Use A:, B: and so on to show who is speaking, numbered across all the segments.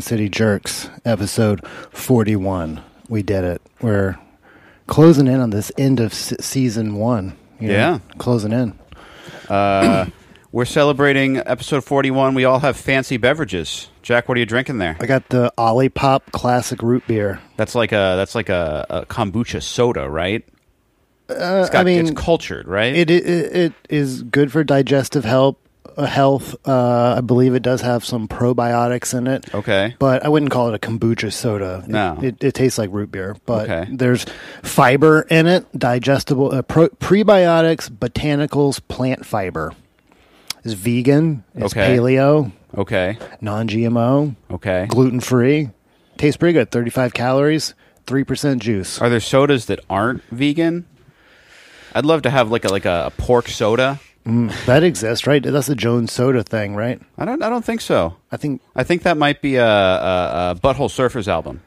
A: City Jerks, episode 41. We did it. We're closing in on this end of se- season one. you know,
B: Yeah.
A: Closing in.
B: We're celebrating episode 41. We all have fancy beverages. Jack, what are you drinking there?
A: I got the Ollie Pop Classic Root Beer.
B: That's like a that's like a, a kombucha soda, right? Uh, it's got,
A: I mean,
B: it's cultured, right?
A: It, it, it is good for digestive help, uh, health. Uh, I believe it does have some probiotics in it.
B: Okay.
A: But I wouldn't call it a kombucha soda. It-
B: No.
A: It, it, tastes like root beer, but
B: Okay.
A: there's fiber in it, digestible, uh, pro, prebiotics, botanicals, plant fiber. It's vegan, it's
B: Okay.
A: paleo,
B: okay,
A: non GMO,
B: okay.
A: gluten free. Tastes pretty good. 35 calories, 3% juice.
B: Are there sodas that aren't vegan? I'd love to have like a like a pork soda.
A: That exists, right? That's the Jones soda thing, right?
B: I don't I don't think so.
A: I think
B: I think that might be a, a, a Butthole Surfers album.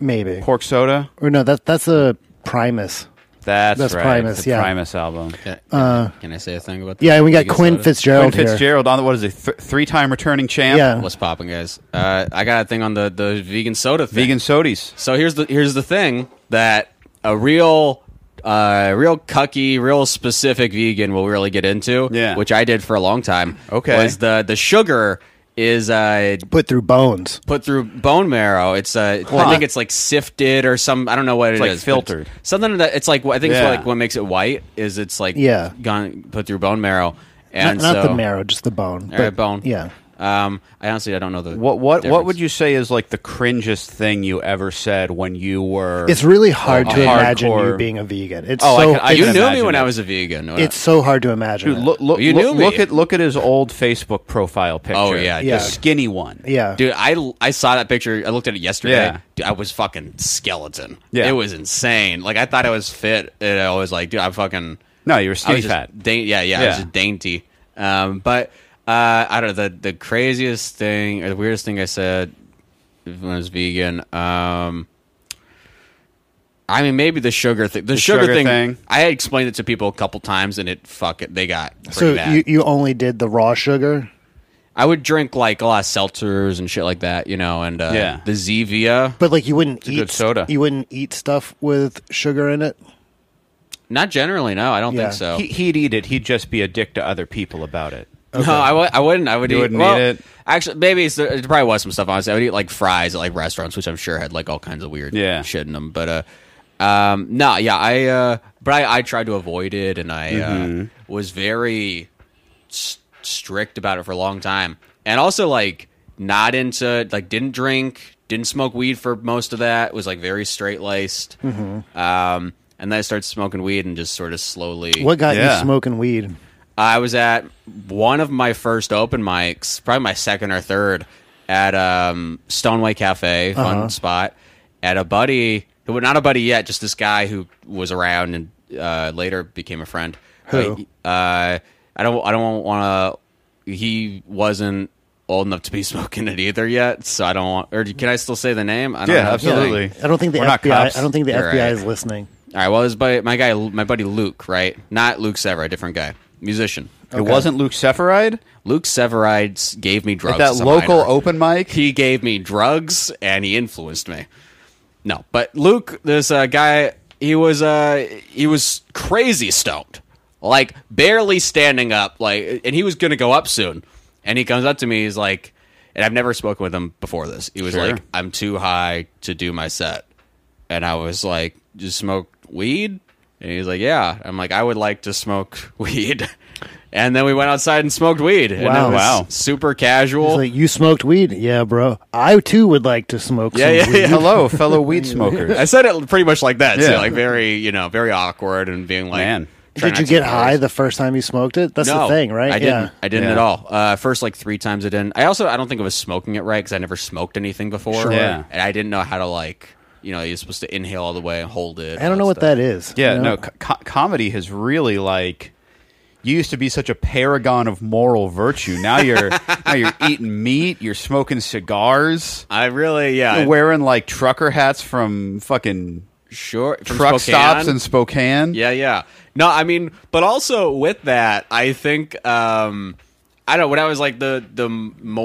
A: maybe.
B: Pork soda.
A: Or no, that that's a Primus.
B: That's,
A: That's
B: right.
A: Primus,
B: It's a
A: yeah.
B: Primus album.
C: Can, can I say a thing about that?
A: Uh, Yeah, and we got
C: Vegan
A: Quinn
C: soda?
A: Fitzgerald here.
B: Quinn Fitzgerald on the what is it? Th- three time returning champ.
A: Yeah.
C: What's popping, guys? Uh, I got a thing on the, the vegan soda thing.
B: Vegan sodies.
C: So here's the here's the thing that a real uh, real cucky, real specific vegan will really get into.
B: Yeah.
C: Which I did for a long time.
B: Okay.
C: Was the the sugar is uh,
A: Put through bones.
C: put through bone marrow. It's uh, I think it's like sifted or some. I don't know what it's
B: like filtered.
C: something that it's like. I think it's
B: Yeah.
C: what, like what makes it white is it's like
A: Yeah.
C: gone put through bone marrow. And
A: not, not
C: so,
A: the marrow, just the bone.
C: All
A: But-
C: right, bone.
A: Yeah.
C: Um, I honestly I don't know the
B: What what what
C: difference.
B: would you say is like the cringest thing you ever said when you were?
A: It's really hard
B: A
C: Oh,
A: to imagine you
B: hardcore-
A: being a vegan. It's
B: Oh, I
A: so
B: can- I
A: it's,
C: You
B: can
C: knew me
B: imagine
C: when
B: it.
C: I was a vegan.
A: it's so hard to imagine. it.
B: look look
C: You
B: look,
C: knew
B: look
C: me.
B: at look at his old Facebook profile picture.
C: Oh, yeah,
B: the
C: Yeah.
B: skinny one.
A: yeah.
C: dude. I I saw that picture. I looked at it yesterday.
B: uh, Yeah.
C: Dude, I was fucking skeleton.
B: Yeah.
C: it was insane. Like I thought I was fit, and I was like, dude, I'm fucking.
B: No, you were
C: I
B: skinny
C: was just
B: fat.
C: dain- yeah, yeah, I
B: Yeah.
C: was just dainty. Um, but uh, I don't know the the craziest thing or the weirdest thing I said when I was vegan. Um, I mean, maybe the sugar thing. The, sugar,
B: sugar
C: thing,
B: thing.
C: I had explained it to people a couple times, and it fuck it, they got pretty
A: so
C: mad.
A: you, you only did the raw sugar?
C: I would drink like a lot of seltzers and shit like that, you know, and uh,
B: Yeah.
C: the Zevia.
A: But like you wouldn't eat
B: good soda.
A: You wouldn't eat stuff with sugar in it?
C: Not generally, no, I don't
A: Yeah.
C: think so.
B: He, he'd eat it. He'd just be a dick to other people about it.
C: No, I w- I wouldn't. I would
B: You
C: eat,
B: wouldn't
C: well,
B: eat it?
C: Actually, maybe it's, it probably was some stuff. Honestly, I would eat like fries at like restaurants, which I'm sure had like all kinds of weird
B: Yeah.
C: shit in them. But uh, um, no, yeah, I uh, but I, I tried to avoid it, and I
B: Mm-hmm.
C: uh, was very s- strict about it for a long time, and also like not into like didn't drink, didn't smoke weed for most of that. Was like very straight laced.
B: Mm-hmm.
C: Um, and then I started smoking weed and just sort of slowly.
A: What got
B: Yeah.
A: you smoking weed?
C: I was at one of my first open mics, probably my second or third, at um, Stoneway Cafe, fun
B: Uh-huh.
C: spot. At a buddy who well, not a buddy yet, just this guy who was around and uh, later became a friend.
A: Who?
C: Uh, I don't. I don't want to. He wasn't old enough to be smoking it either yet, so I don't want. Or can I still say the name? I don't
B: Yeah,
C: know.
B: absolutely.
A: I don't think the
B: We're not
A: FBI
B: cops.
A: I don't think the
C: You're
A: FBI
C: right.
A: is listening.
C: All right. Well, his buddy, my guy, my buddy Luke, right? Not Luke Severa, a different guy, musician.
B: It wasn't Luke Seferide
C: Luke Severides gave me drugs.
B: at that
C: as a
B: local
C: minor.
B: open mic.
C: He gave me drugs and he influenced me. No, but Luke, this uh, guy, he was uh, he was crazy stoned, like barely standing up, like, and he was gonna go up soon. And he comes up to me, he's like, and I've never spoken with him before this. He was
B: Sure.
C: like, "I'm too high to do my set," and I was like, "Just smoke weed." And he was like, "Yeah." I'm like, "I would like to smoke weed," and then we went outside and smoked weed. And it
A: Wow.
C: was
B: Wow.
C: super casual.
A: It's like you smoked weed? Yeah, bro. I too would like to smoke
C: Yeah,
A: some
C: yeah,
A: weed.
C: yeah.
B: Hello, fellow weed smokers.
C: I said it pretty much like that, too.
B: Yeah.
C: Like very, you know, very awkward and being like,
B: Man.
C: try
A: Did
C: not
A: you
C: to
A: get
C: embarrass-
A: high the first time you smoked it? That's the
C: No,
A: thing, right?
C: I didn't.
A: Yeah.
C: I didn't
B: Yeah.
C: at all. Uh, first, like three times, I didn't. I also, I don't think I was smoking it right because I never smoked anything before,
B: Yeah.
C: and I didn't know how to like, you know, you're supposed to inhale all the way and hold it.
A: I don't know what that is.
B: Yeah,
A: you know?
B: no, co- co- comedy has really like you used to be such a paragon of moral virtue. Now you're now you're eating meat, you're smoking cigars,
C: I really, yeah,
B: you're wearing like trucker hats from fucking
C: sure. from
B: truck stops
C: Spokane.
B: in Spokane.
C: Yeah, yeah. No, I mean, but also with that, I think um, I don't know, when I was like the the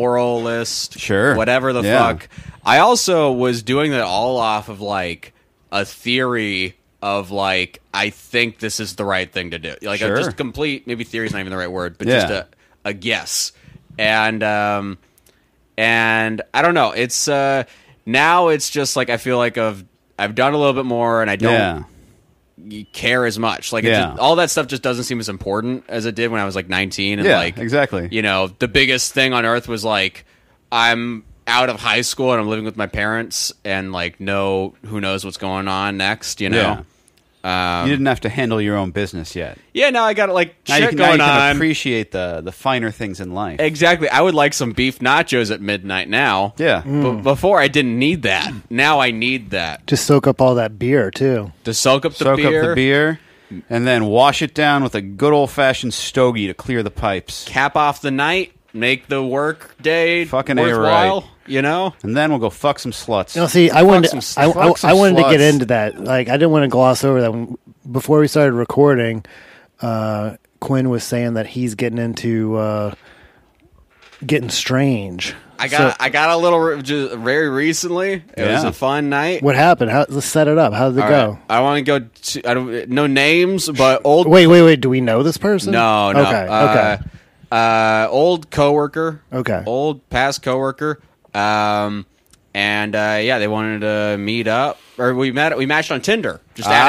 C: moralist,
B: Sure.
C: whatever the
B: Yeah.
C: fuck. I also was doing that all off of like a theory of like I think this is the right thing to do. Like a
B: Sure.
C: just complete maybe theory is not even the right word, but
B: Yeah.
C: just a a guess. And um and I don't know. It's uh now it's just like I feel like I've I've done a little bit more and I don't
B: Yeah.
C: care as much. Like it
B: Yeah.
C: just- all that stuff just doesn't seem as important as it did when I was like 19 and
B: Yeah,
C: like
B: exactly.
C: You know, the biggest thing on earth was like I'm out of high school and I'm living with my parents and like no who knows what's going on next, you know. Yeah. Um,
B: you didn't have to handle your own business yet.
C: yeah, now I got like
B: Now you
C: shit
B: can, now you
C: going
B: can
C: on.
B: appreciate the the finer things in life.
C: exactly. I would like some beef nachos at midnight now.
B: Yeah. Mm.
C: But before I didn't need that. Now I need that
A: Just soak up all that beer too.
C: to soak up the
B: Soak
C: beer.
B: up the beer and then wash it down with a good old fashioned stogie to clear the pipes.
C: cap off the night, make the work day
B: Fucking A
C: worthwhile.
B: right.
C: You know,
B: And then we'll go fuck some sluts.
A: No, see, I wanted
C: some
A: I,
B: fuck
A: I,
B: some
A: I wanted to get
B: sluts.
A: into that. Like, I didn't want to gloss over that. When, before we started recording, uh, Quinn was saying that he's getting into uh, getting strange.
C: I got
A: So,
C: I got a little re- ju- very recently. It was
B: Yeah.
C: a fun night.
A: what happened? How, let's set it up. How did it
C: All
A: go?
C: right. I want to go. To, I don't no names, but old
A: Wait, wait, wait. Do we know this person?
C: no no
A: Okay,
C: uh,
A: okay.
C: uh, old coworker.
A: Okay.
C: old past coworker. Um, and uh, yeah, they wanted to meet up, or we met. We matched on Tinder just at
B: Ah,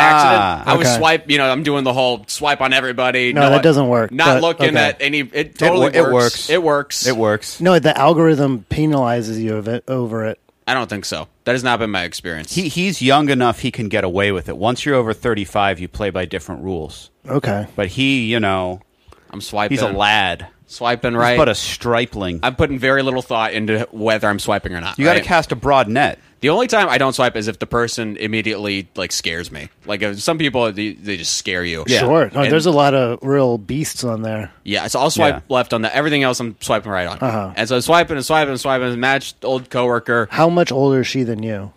C: accident. I was
A: okay.
C: swipe. You know, I'm doing the whole swipe on everybody.
A: No, that doesn't work,
C: Not
A: but okay.
C: looking at any. It totally
B: wo- it
C: works.
B: works.
C: It works.
B: It works.
A: No, the algorithm penalizes you of it, over it.
C: I don't think so. That has not been my experience.
B: He, he's young enough he can get away with it. Once you're over 35, you play by different rules.
A: Okay.
B: But he, you know,
C: I'm swiping.
B: he's a lad.
C: swiping right.
B: But a stripling.
C: I'm putting very little thought into whether I'm swiping or not.
B: you got to
C: right?
B: cast a broad net.
C: The only time I don't swipe is if the person immediately like scares me. Like if some people, they, they just scare you.
B: Yeah.
A: Sure. No,
C: And-
A: there's a lot of real beasts on there.
C: Yeah, so I'll swipe
B: Yeah.
C: left on that. Everything else I'm swiping right on.
A: Uh-huh.
C: And so I'm swiping and swiping and swiping and matched old coworker.
A: How much older is she than you?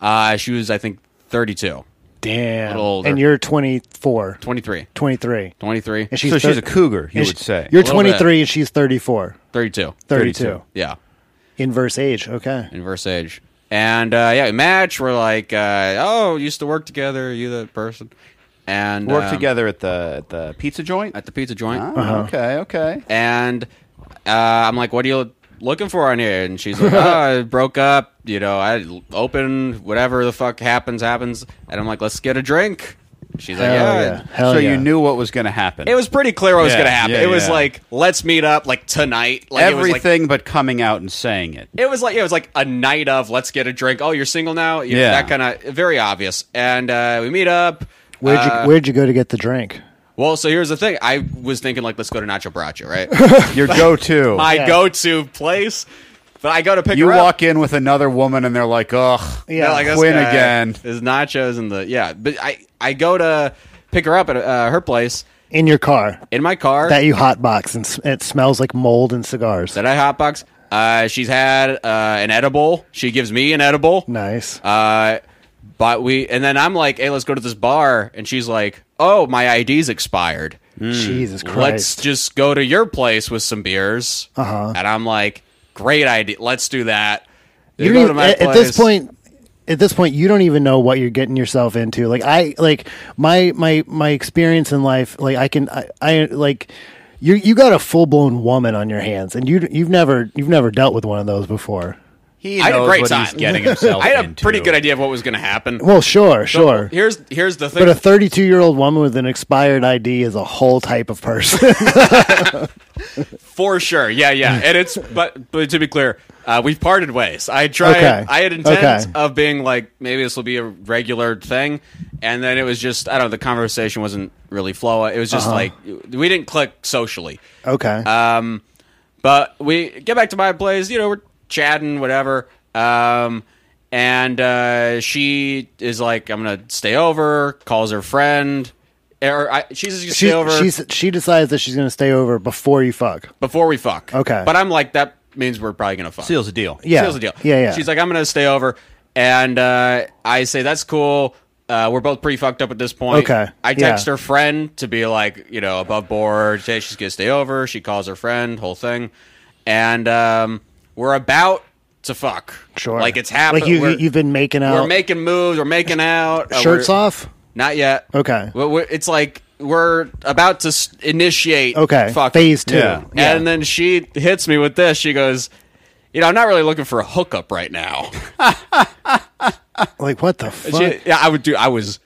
C: Uh, she was, I think, 32,
A: Damn.
C: Little older.
A: And you're 24,
C: 23,
A: 23.
C: 23,
A: And she's
B: so she's
A: thir-
B: a cougar, you
A: and
B: would
A: she-
B: say.
A: You're
C: A little bit.
A: 23 and she's 34,
C: 32.
A: 32.
B: 32.
C: Yeah,
A: Inverse age. Okay.
C: inverse age. And uh, yeah, we match. We're like, uh, oh, used to work together. Are you the person? And
B: Work
C: um,
B: together at the at the pizza joint.
C: at the pizza joint.
B: Ah,
A: Uh-huh.
B: Okay, okay.
C: and uh, I'm like, "What are you looking for on here?" And she's like, "Oh, I broke up. You know, I open whatever the fuck happens happens." And I'm like, "Let's get a drink." She's like,
A: Hell
C: "Yeah."
A: yeah. Hell
B: so
A: yeah.
B: you knew what was going to happen.
C: It was pretty clear what was
B: Yeah,
C: gonna happen.
B: yeah,
C: it was
B: yeah.
C: like, "Let's meet up like tonight." Like it was like
B: everything but coming out and saying it.
C: it was like it was like a night of let's get a drink. Oh, you're single now. You know,
B: Yeah.
C: that kind of very obvious. And uh, we meet up.
A: Where'd you
C: Uh,
A: Where'd you go to get the drink?
C: well, so here's the thing. I was thinking like, let's go to Nacho Bracho, right?
B: Your go-to.
C: My
A: Yeah.
C: go-to place. But I go to pick
B: you
C: her up.
B: walk in with another woman and they're like, "Ugh,
A: Yeah.
C: They're like, this
B: Quinn
C: guy
B: again."
C: Is nachos and the yeah, but I I go to pick her up at uh, her place
A: In your car
C: in my car
A: that
C: that,
A: you hotbox and s- it smells like mold and cigars.
C: I hotbox. Uh, she's had uh, an edible. She gives me an edible.
A: nice.
C: Uh, but we and then I'm like, hey, let's go to this bar, and she's like, oh, my ID's expired.
B: Mm.
A: Jesus Mm. Christ.
C: Let's just go to your place with some beers. Uh-huh. And I'm like, great idea. Let's do that. They
A: you
C: go
A: don't
C: to
A: even-
C: my
A: at, at this
C: place.
A: point at this point you don't even know what you're getting yourself into like i like my my my experience in life like i can i, I like you you got a full-blown woman on your hands and you you've never you've never dealt with one of those before
B: He
C: I had a
B: knows
C: great
B: what
C: time.
B: he's getting himself.
C: I had a
B: into.
C: pretty good idea of what was going to happen.
A: well sure sure
C: Here's here's the thing.
A: but a 32 year old woman with an expired id is a whole type of person
C: For sure. Yeah,
A: Mm.
C: yeah. And it's but but to be clear, uh, we've parted ways. I tried
A: Okay.
C: I had intent
A: Okay.
C: of being like maybe this will be a regular thing and then it was just I don't know, the conversation wasn't really flowing. It was
A: Uh-huh.
C: just like we didn't click socially.
A: okay
C: Um, but we get back to my place. You know, we're chatting, whatever. Um, and uh, she is like, "I'm gonna stay over." Calls her friend, or I, she's just
A: she,
C: stay over
A: she's, she decides that she's going to stay over before you fuck
C: before we fuck.
A: Okay.
C: but I'm like, that means we're probably gonna fuck.
B: Seals a deal.
A: yeah
C: Seals the deal.
A: yeah yeah
C: She's like, I'm gonna stay over, and uh, I say that's cool. Uh, we're both pretty fucked up at this point.
A: Okay,
C: I text
A: yeah.
C: her friend to be like, you know, above board. Say she's gonna stay over. She calls her friend, whole thing, and um, we're about to fuck.
A: Sure.
C: Like it's happening.
A: Like you, you you've been making out.
C: We're making moves. We're making out. Uh,
A: shirts
C: we're-
A: off.
C: Not yet.
A: Okay.
C: Well, we're- It's like we're about to s- initiate.
A: Okay.
C: Fuck.
A: Phase two.
B: Yeah.
C: And then she hits me with this. She goes, "You know, I'm not really looking for a hookup right now."
A: Like what the fuck?
C: She- yeah, I would do. I was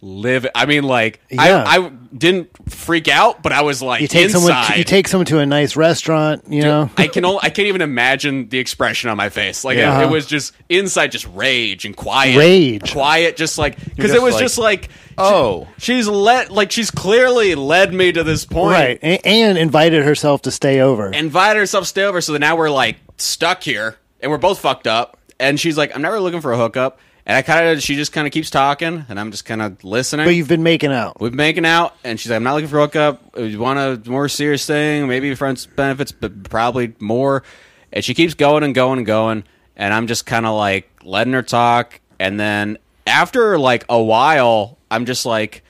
C: live. I mean, like
A: Yeah.
C: I, I didn't freak out, but I was like
A: you take
C: inside.
A: someone. You take uh, someone to a nice restaurant. You know.
C: I can only, I can't even imagine the expression on my face. Like it-
A: Yeah.
C: it, was just inside, just rage and quiet,
A: Uh-huh. Rage.
C: quiet, just like because
B: just
C: it was
B: like,
C: just like
B: "Oh."
C: she- she's let like she's clearly led me to this point,
A: Right, and, and invited herself to stay over.
C: Invited herself to stay over, so that now we're like stuck here and we're both fucked up. And she's like, I'm never looking for a hookup. And I kind of, she just kind of keeps talking, and I'm just kind of listening.
A: but you've been making out.
C: We've been making out, and she's like, "I'm not looking for a hookup. You want a more serious thing? Maybe friends benefits, but probably more." And she keeps going and going and going, and I'm just kind of like letting her talk. And then after like a while, I'm just like,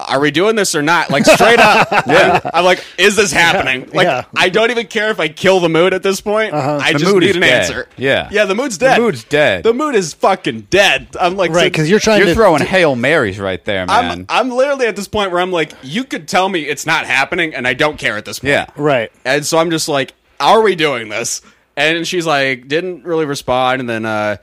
C: "Are we doing this or not?" Like straight up, yeah. I'm, like, "Is this happening?" Like
A: yeah. Uh-huh.
C: I don't even care if I kill the mood at this point. I
B: The
C: just
B: mood
C: need
B: is
C: an
B: dead.
C: answer.
B: Yeah.
C: yeah. The mood's dead.
B: mood's dead.
C: The mood is fucking dead. I'm like,
A: Right,
C: so-
A: because you're trying
B: You're
A: to
B: throwing hail marys right there,
C: I'm
B: man.
C: I'm literally at this point where I'm like, you could tell me it's not happening, and I don't care at this point.
B: yeah,
A: Right.
C: And so I'm just like, are we doing this? And she's like, didn't really respond, and then uh,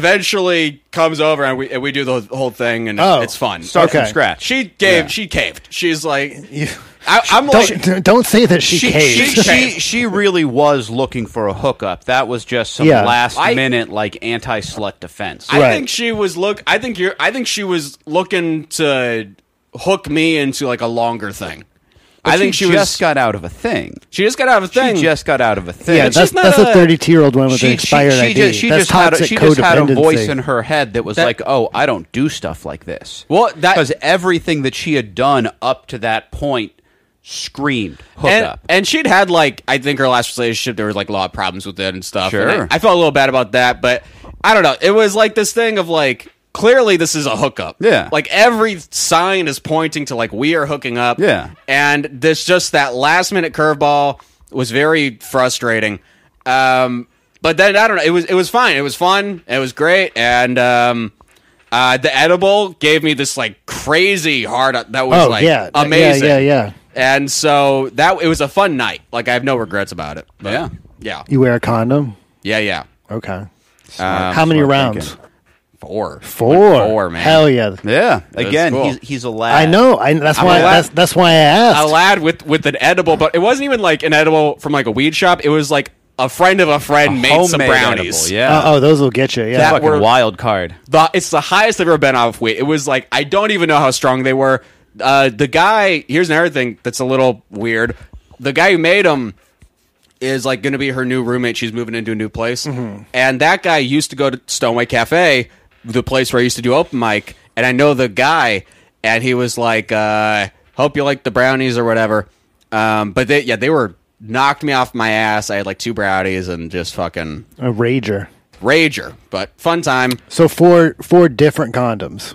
C: eventually comes over and we and we do the whole thing, and
A: Oh.
C: it's fun.
B: start from
A: Okay.
B: scratch.
C: she gave,
B: Yeah.
C: she caved. She's like,
A: You,
C: I, I'm like,
A: don't don't say that she,
B: she, she,
A: caved.
B: she, she really was looking for a hookup. That was just some
A: Yeah.
B: last
C: I-
B: minute like anti slut defense.
C: I
A: Right.
C: think she was look. I think you're. I think she was looking to hook me into like a longer thing. I
B: I
C: think she,
B: just
C: was.
B: got out of a thing.
C: she just got out of a thing.
B: She just got out of a thing.
A: yeah,
C: she's
A: that's
C: not
A: that's a
C: a-
A: 32 year old woman with an
B: she,
A: expired
B: she, she
A: ID.
B: just, she
A: that's
B: just had a,
A: toxic
B: she just had a
A: codependency.
B: voice in her head that was
C: That-
B: like, "Oh, I don't do stuff like this."
C: Well, that-
B: because everything that she had done up to that point screamed hook
C: and,
B: up.
C: and she'd had like I think her last relationship there was like a lot of problems with it and stuff.
B: Sure.
C: And I, I felt a little bad about that, but I don't know. It was like this thing of like clearly this is a hookup.
B: Yeah.
C: Like every sign is pointing to like we are hooking up.
B: Yeah.
C: And this just that last minute curveball was very frustrating. Um but then I don't know. It was it was fine. It was fun. It was great. And um uh, the edible gave me this like crazy hard that was
A: Oh
C: like
A: yeah,
C: amazing.
A: Yeah, yeah, yeah.
C: And so that it was a fun night. Like I have no regrets about it. But
B: Yeah.
C: Yeah.
A: You wear a condom.
C: Yeah, yeah.
A: Okay.
B: Smart,
A: How many
B: Ah, smart
A: rounds?
B: thinking.
C: Four.
A: Four.
C: Four, man.
A: Hell yeah.
B: Yeah. Again,
C: cool.
B: he's he's a lad.
A: I know. I that's why.
C: a lad.
A: That's that's why I asked.
C: A lad with with an edible, but it wasn't even like an edible from like a weed shop. It was like a friend of a friend made some
B: Homemade
C: brownies.
B: edible, yeah.
A: Uh, oh, those will get you. Yeah.
B: that fucking
C: were-
B: wild card.
C: The, it's the highest I've ever been off weight. It was like I don't even know how strong they were. Uh, the guy here's another thing that's a little weird. The guy who made them is like going to be her new roommate. She's moving into a new place, and that guy used to go to Stoneway Cafe, the place where I used to do open mic. And I know the guy, and he was like, uh, "Hope you like the brownies or whatever." Um, but they, yeah, they were knocked me off my ass. I had like two brownies and just fucking
A: a rager.
C: rager, but fun time.
A: So four four different condoms.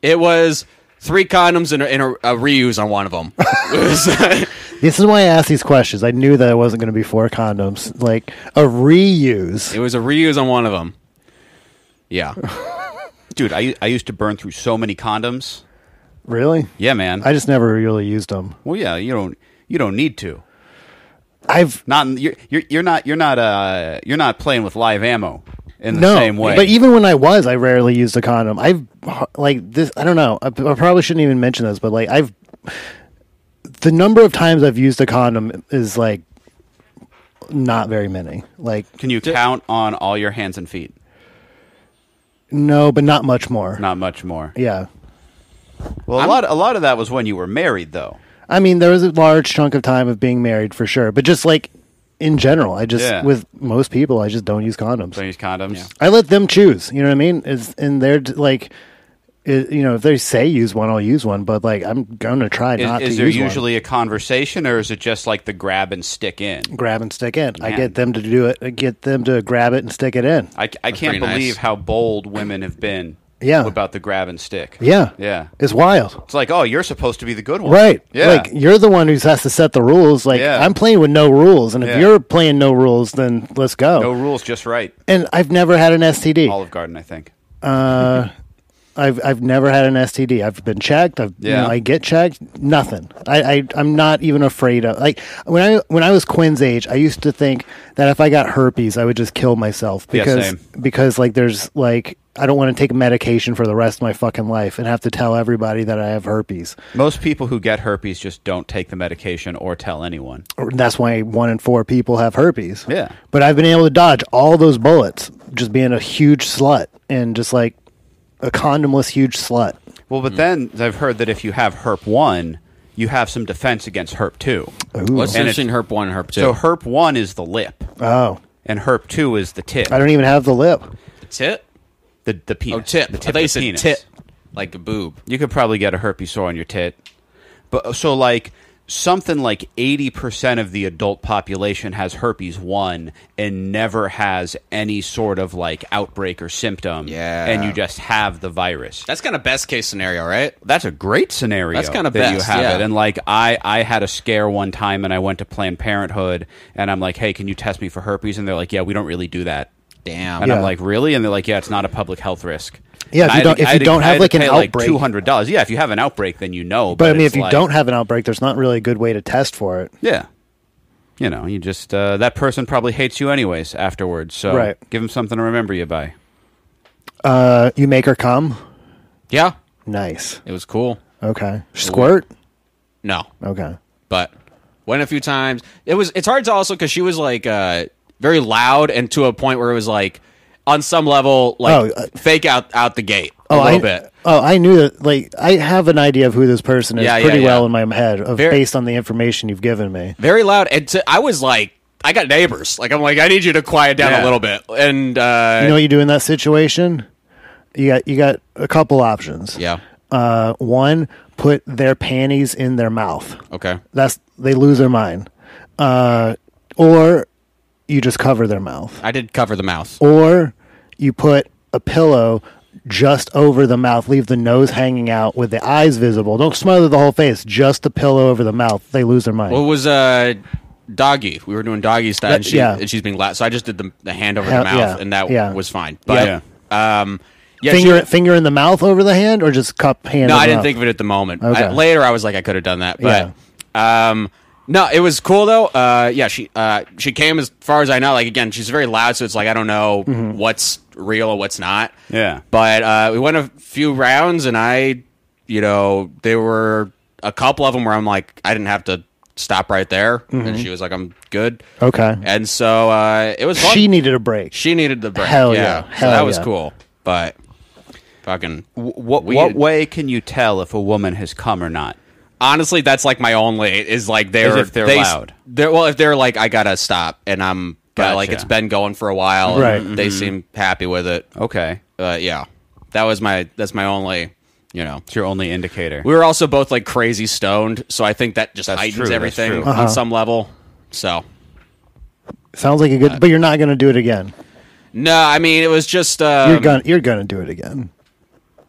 C: It was three condoms and a, and a, a reuse on one of them. It was-
A: This is why I asked these questions. I knew that it wasn't going to be four condoms. Like a reuse.
C: it was a reuse on one of them. Yeah,
B: Dude, I I used to burn through so many condoms.
A: Really?
B: Yeah, man.
A: I just never really used them.
B: well, yeah, you don't you don't need to.
A: I've
B: Not in- you're you're, you're not you're not uh you're not playing with live ammo in the
A: no,
B: same way.
A: but even when I was, I rarely used a condom. I've like this. I don't know. I, I probably shouldn't even mention this, but like I've the number of times I've used a condom is like not very many. Like
B: Can you count on all your hands and feet?
A: no, but not much more.
B: Not much more.
A: Yeah.
B: Well, a lot a lot of that was when you were married, though.
A: I mean, there was a large chunk of time of being married for sure, but just like in general, I just
B: Yeah.
A: with most people, I just don't use condoms.
B: Don't use condoms.
A: I let them choose. You know what I mean? It's and they're d- like, it, you know, if they say use one, I'll use one. But like, I'm gonna try
B: Is,
A: not
B: is
A: to
B: there
A: use
B: usually a conversation, or is it just like the grab and stick in?
A: one. grab and stick in. I
B: Man.
A: get them to do it. I get them to grab it and stick it in.
B: I, I can't
C: pretty nice.
B: believe how bold women have been
A: Yeah.
B: about the grab and stick.
A: Yeah.
B: Yeah.
A: It's wild.
B: It's like, oh, you're supposed to be the good one.
A: Right.
B: Yeah.
A: Like you're the one who has to set the rules. Like
B: Yeah.
A: I'm playing with no rules. And if
B: Yeah.
A: you're playing no rules, then let's go.
B: no rules, just right.
A: And I've never had an STD.
B: Olive Garden, I think.
A: I've I've never had an STD. I've been checked. I've you
B: Yeah.
A: know, I get checked. Nothing. I, I I'm not even afraid of like when I when I was Quinn's age, I used to think that if I got herpes, I would just kill myself
B: Yeah,
A: because
B: same.
A: because like there's like I don't want to take medication for the rest of my fucking life and have to tell everybody that I have herpes.
B: Most people who get herpes just don't take the medication or tell anyone.
A: Or- That's why one in four people have herpes.
B: Yeah.
A: But I've been able to dodge all those bullets just being a huge slut and just like a condomless huge slut.
B: Well, but then I've heard that if you have herp 1, you have some defense against herp 2.
C: What's
B: And
C: the difference between herp one and herp two?
B: So herp 1 is the lip
A: Oh.
B: and herp 2 is the tip.
A: I don't even have the lip.
C: tit?
B: the the penis.
C: Oh, tip.
B: The tip
C: I
B: of
C: thought
B: the
C: you said
B: penis.
C: tit, like a boob.
B: You could probably get a herpes sore on your tit. But so like something like 80% of the adult population has herpes 1 and never has any sort of like outbreak or symptom
C: Yeah.
B: and you just have the virus.
C: That's kind of best case scenario, right?
B: that's a great scenario.
C: That's kinda
B: that you
C: best,
B: have
C: yeah.
B: it. And like I, I had a scare one time, and I went to Planned Parenthood, and I'm like, hey, can you test me for herpes? And they're like, yeah, we don't really do that.
C: Damn.
B: And
A: Yeah.
B: I'm like, really? And they're like, yeah, it's not a public health risk.
A: Yeah, if
B: And
A: you
B: I had
A: don't-
B: to-
A: if
B: I
A: you
B: had to-
A: don't
B: I
A: have,
B: had to
A: like, an
B: pay,
A: outbreak-
B: two hundred dollars. Yeah, if you have an outbreak, then you know.
A: But I mean,
B: it's
A: if you
B: like-
A: don't have an outbreak, there's not really a good way to test for it.
B: yeah, you know, you just uh, that person probably hates you anyways afterwards. So
A: Right.
B: give them something to remember you by.
A: Uh, you make her come.
C: Yeah.
A: Nice.
C: It was cool.
A: Okay. Squirt.
C: No,
A: Okay.
C: but went a few times. It was. It's hard to also because she was like uh, very loud and to a point where it was like on some level like
A: Oh, uh,
C: fake out out the gate a
A: Oh,
C: little
A: I,
C: bit.
A: Oh, I knew that. Like, I have an idea of who this person is
C: Yeah, yeah,
A: pretty
C: yeah.
A: well in my head, of,
C: Very-
A: based on the information you've given me.
C: very loud and to, i was like i got neighbors like i'm like i need you to quiet down
B: Yeah.
C: a little bit and
A: You
C: uh
A: know what you do in that situation? You got you got a couple options.
C: yeah
A: Uh, one, put their panties in their mouth.
C: okay
A: That's they lose their mind. Uh, or you just cover their mouth.
C: i did cover the mouth
A: or you put a pillow just over the mouth, leave the nose hanging out with the eyes visible. Don't smother the whole face, just the pillow over the mouth. They lose their mind.
C: what was uh doggy we were doing doggy style and,
A: That-
C: she,
A: Uh, yeah.
C: and she's being loud so i just did the, the hand over
A: Yeah,
C: the mouth
A: yeah,
C: and that
A: yeah.
C: was fine but um yeah she-
A: finger finger in the mouth over the hand, or just cup hand.
C: no
A: in
C: i
A: the
C: didn't
A: mouth?
C: think of it at the moment I-
A: Okay.
C: later i was like i could have done that but um no, it was cool though. Uh, yeah, she uh, she came as far as I know. Like again, she's very loud, so it's like I don't know
A: Mm-hmm.
C: what's real and what's not.
B: Yeah.
C: But uh, we went a few rounds, and I, you know, there were a couple of them where I'm like, I didn't have to stop right there, and
A: Mm-hmm.
C: she was like, I'm good.
A: Okay.
C: And so uh, it was fun.
A: She needed a break.
C: She needed the break.
A: Hell yeah.
C: so
A: Hell
C: that was
A: yeah.
C: cool. But fucking
B: What what
C: Weird.
B: way can you tell if a woman has come or not?
C: honestly, that's like my only is like they're
B: if they're
C: they,
B: loud.
C: They're well, if they're like I gotta stop and I'm uh,
B: Gotcha. Mm-hmm.
C: like it's been going for a while. and
A: Right.
C: They seem happy with it.
B: Okay,
C: Uh, yeah, that was my that's my only. You know,
B: it's your only indicator.
C: we were also both like crazy stoned, so I think that just
B: That's true,
C: heightens
B: that's
C: everything
B: true.
A: Uh-huh.
C: on some level. So
A: Sounds like a good, but you're not going to do it again.
C: no, I mean it was just um,
A: You're gonna you're gonna do it again.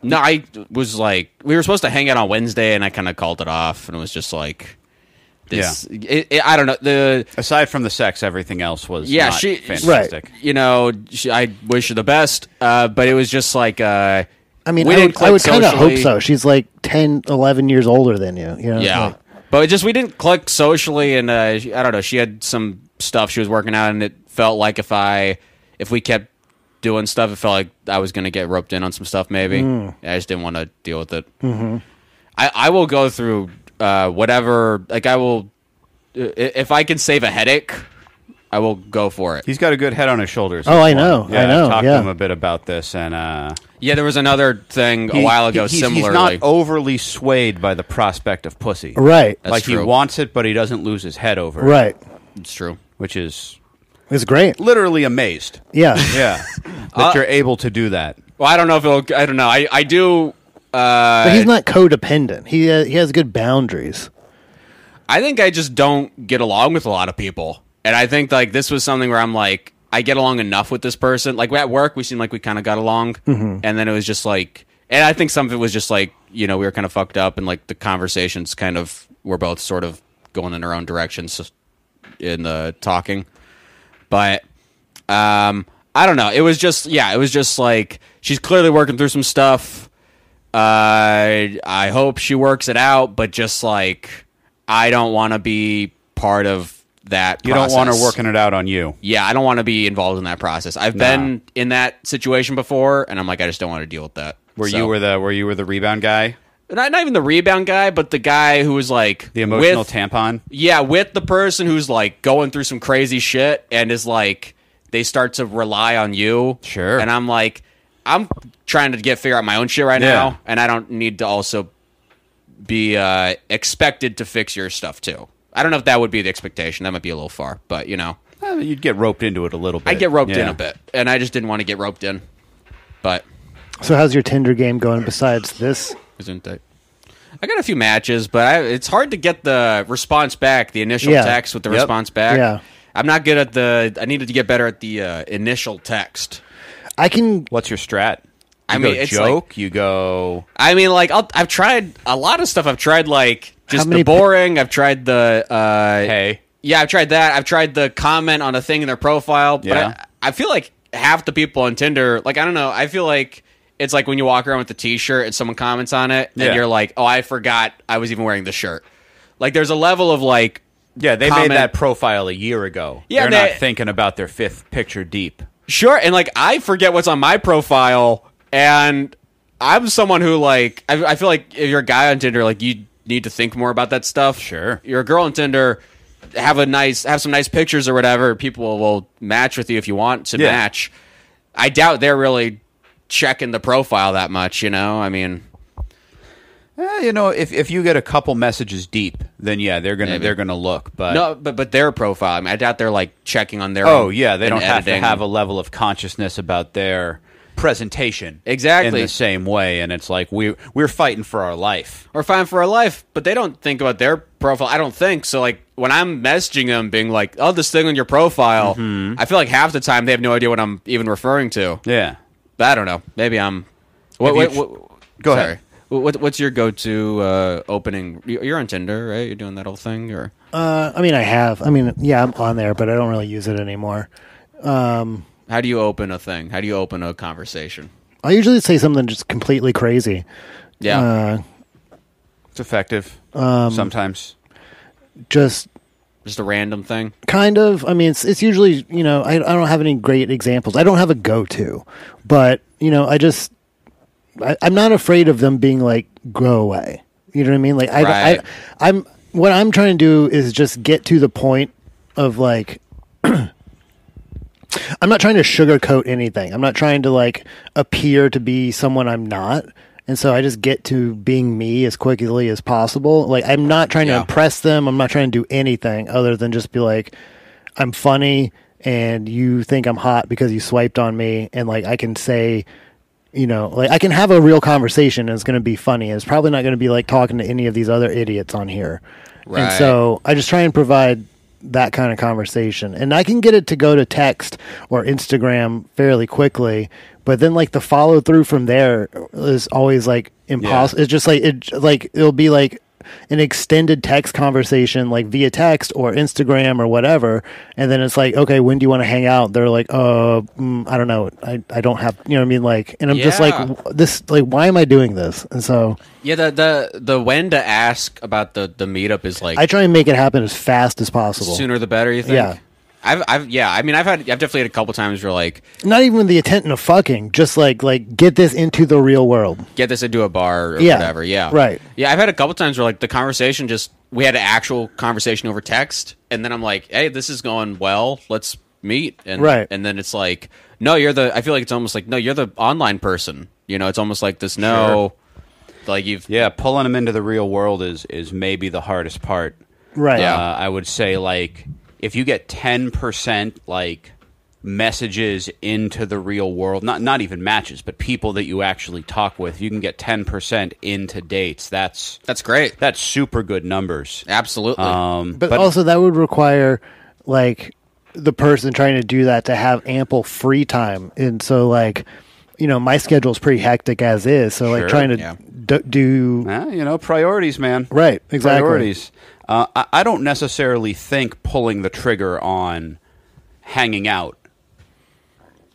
C: No, I was like, we were supposed to hang out on Wednesday, and I kind of called it off, and it was just like, this. It, it, I don't know the.
B: Aside from the sex, everything else was
C: Yeah,
B: not
C: she
B: fantastic.
C: You know, she, I wish her the best, uh, but it was just like, uh,
A: I mean,
C: we
A: I
C: didn't
A: would, I would
C: click
A: kind of hope
C: socially.
A: so. She's like 10, 11 years older than you. you know?
C: Yeah,
A: Like,
C: but it just we didn't click socially, and uh, she- I don't know. She had some stuff she was working on, and it felt like if I, if we kept doing stuff, it felt like I was going to get roped in on some stuff. Maybe
A: Mm.
C: I just didn't want to deal with it.
A: Mm-hmm.
C: I, I will go through uh, whatever. Like I will, i- if I can save a headache, I will go for it.
B: He's got a good head on his shoulders.
A: Oh, I know,
B: Yeah,
A: I know,
B: I've talked
A: yeah.
B: to him a bit about this, and uh,
C: Yeah, there was another thing a
B: he-
C: while ago.
B: he- he's, he's
C: similarly,
B: not overly swayed by the prospect of pussy.
A: Right.
C: That's
B: like he
C: true.
B: wants it, but he doesn't lose his head over it,
A: Right.
C: it's true.
B: which is
A: It's great.
B: literally amazed.
A: Yeah.
B: Yeah, that
C: Uh,
B: you're able to do that.
C: Well, I don't know if it'll. I don't know. I I do. Uh,
A: But he's not codependent. He uh, he has good boundaries.
C: I think I just don't get along with a lot of people. And I think like this was something where I'm like, I get along enough with this person. Like at work, we seemed like we kind of got along, and then it was just like, and I think some of it was just like you know we were kind of fucked up, and like the conversations kind of were both sort of going in our own directions in the talking, but um, I don't know. It was just yeah, it was just like she's clearly working through some stuff. Uh, I hope she works it out, but just like I don't want to be part of that.
B: You don't want her
C: process.
B: working it out on you.
C: Yeah, I don't want to be involved in that process. I've been in that situation before, and I'm like, I just don't want to deal with that.
B: Where
C: So-
B: you were the where you were the rebound guy,
C: not, not even the rebound guy, but the guy who was like
B: the emotional
C: with,
B: tampon.
C: Yeah, with the person who's like going through some crazy shit and is like they start to rely on you.
B: Sure.
C: And I'm like, I'm trying to get figure out my own shit right
B: Yeah.
C: now, and I don't need to also be uh, expected to fix your stuff too. I don't know if that would be the expectation. That might be a little far, but you know,
B: Eh, You'd get roped into it a little bit.
C: I get roped in
B: Yeah.
C: a bit, and I just didn't want to get roped in. But
A: So how's your Tinder game going besides this?
C: isn't that? I got a few matches, but I, it's hard to get the response back. The initial
A: Yeah.
C: text with the
B: Yep.
C: response back.
A: Yeah.
C: I'm not good at the. I needed to get better at the uh, initial text.
A: I can
B: What's your strat?
C: I
B: You
C: mean,
B: go
C: it's
B: joke. you go.
C: I mean, like I'll, I've tried a lot of stuff. I've tried like just
A: many
C: the
A: pi-
C: boring. I've tried the. Uh,
B: Hey,
C: Yeah, I've tried that. I've tried the comment on a thing in their profile. But
B: Yeah.
C: I, I feel like half the people on Tinder, like, I don't know. I feel like it's like when you walk around with a t shirt and someone comments on it,
B: Yeah.
C: and you're like, oh, I forgot I was even wearing the shirt. Like, there's a level of like,
B: yeah, they
C: Comment.
B: made that profile a year ago.
C: Yeah,
B: they're
C: they-
B: not thinking about their fifth picture deep.
C: sure. And like, I forget what's on my profile. And I'm someone who, like, I, I feel like if you're a guy on Tinder, like, you need to think more about that stuff.
B: Sure.
C: You're a girl on Tinder. Have a nice, have some nice pictures or whatever. People will match with you if you want to
B: Yeah.
C: match. I doubt they're really checking the profile that much, you know? I mean,
B: Eh, you know, if, if you get a couple messages deep, then yeah, they're gonna
C: Maybe.
B: they're gonna look. But
C: no, but but their profile. I mean, I doubt they're like checking on their.
B: oh
C: own
B: yeah, they
C: and
B: don't have to
C: editing.
B: have a level of consciousness about their presentation
C: Exactly.
B: in the same way. And it's like we we're fighting for our life.
C: or fine for a life, but they don't think about their profile. I don't think so. Like when I'm messaging them, being like, "Oh, this thing on your profile,"
B: Mm-hmm.
C: I feel like half the time they have no idea what I'm even referring to.
B: Yeah,
C: But I don't know. Maybe I'm. What,
B: Have
C: what,
B: you-
C: what-
B: Go
C: sorry.
B: ahead.
C: What, what- what's your go-to uh, opening? You- You're on Tinder, right? You're doing that whole thing, or
A: Uh, I mean, I have. I mean, yeah, I'm on there, but I don't really use it anymore.
C: how do you open a thing? How do you open a conversation?
A: I usually say something just completely crazy.
C: Yeah.
A: Uh,
B: it's effective sometimes.
A: just
C: just a random thing.
A: kind of. I mean, it's, it's usually, you know, I, I don't have any great examples. I don't have a go to, but, you know, I just, I, I'm not afraid of them being like, go away. You know what I mean? Like, I,
C: Right.
A: I, I'm, what I'm trying to do is just get to the point of like, I'm not trying to sugarcoat anything. I'm not trying to like appear to be someone I'm not. And so I just get to being me as quickly as possible. Like I'm not trying
C: Yeah.
A: to impress them. I'm not trying to do anything other than just be like I'm funny and you think I'm hot because you swiped on me and like I can say you know, like I can have a real conversation and it's going to be funny. It's probably not going to be like talking to any of these other idiots on here.
C: Right.
A: And so I just try and provide that kind of conversation. And I can get it to go to text or Instagram fairly quickly, but then like the follow through from there is always like impossible. It's just like it like it'll be like an extended text conversation like via text or Instagram or whatever and then it's like okay when do you want to hang out they're like uh mm, I don't know I, I don't have you know what I mean like and I'm just like
C: Yeah.
A: w- this like why am I doing this and so
C: Yeah, the the the when to ask about the the meetup is like
A: I try and make it happen as fast as possible
C: sooner the better. You think?
A: Yeah.
C: I've, I've, yeah. I mean, I've had, I've definitely had a couple times where like,
A: not even with the intent of fucking, just like like get this into the real world.
C: get this into a bar or
A: Yeah.
C: whatever. Yeah.
A: Right.
C: Yeah. I've had a couple times where like the conversation just, we had an actual conversation over text. And then I'm like, hey, this is going well. Let's meet. And,
A: Right.
C: And then it's like, no, you're the, I feel like it's almost like, no, you're the online person. You know, it's almost like this, no, like you've,
B: Yeah, pulling them into the real world is is maybe the hardest part.
A: Right.
C: Yeah.
B: Uh, I would say like if you get ten percent like messages into the real world, not not even matches, but people that you actually talk with, you can get ten percent into dates. That's
C: that's great.
B: that's super good numbers.
C: Absolutely.
B: Um,
A: But, also that would require like the person trying to do that to have ample free time. And so, like, you know, my schedule's pretty hectic as is. So,
B: Sure,
A: like, trying to
C: yeah.
A: d- do
B: Eh, you know, priorities, man.
A: Right, exactly.
B: Priorities. Uh, I, I don't necessarily think pulling the trigger on hanging out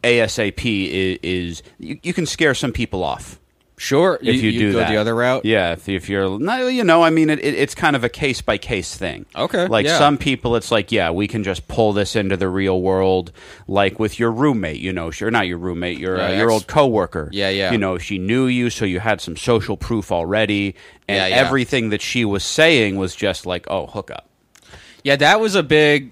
B: ASAP is, is you, you can scare some people off.
C: Sure,
B: If you, do
C: go
B: that.
C: the other route.
B: yeah. If, if you're, no, you know, I mean, it, it, it's kind of a case by case thing.
C: Okay,
B: like
C: yeah.
B: some people, it's like, yeah, we can just pull this into the real world. Like with your roommate, you know, you're not your roommate, your uh,
C: Yeah,
B: your
C: ex-
B: old coworker.
C: Yeah, yeah.
B: You know, she knew you, so you had some social proof already, and
C: Yeah, yeah.
B: everything that she was saying was just like, oh, hook up.
C: Yeah, that was a big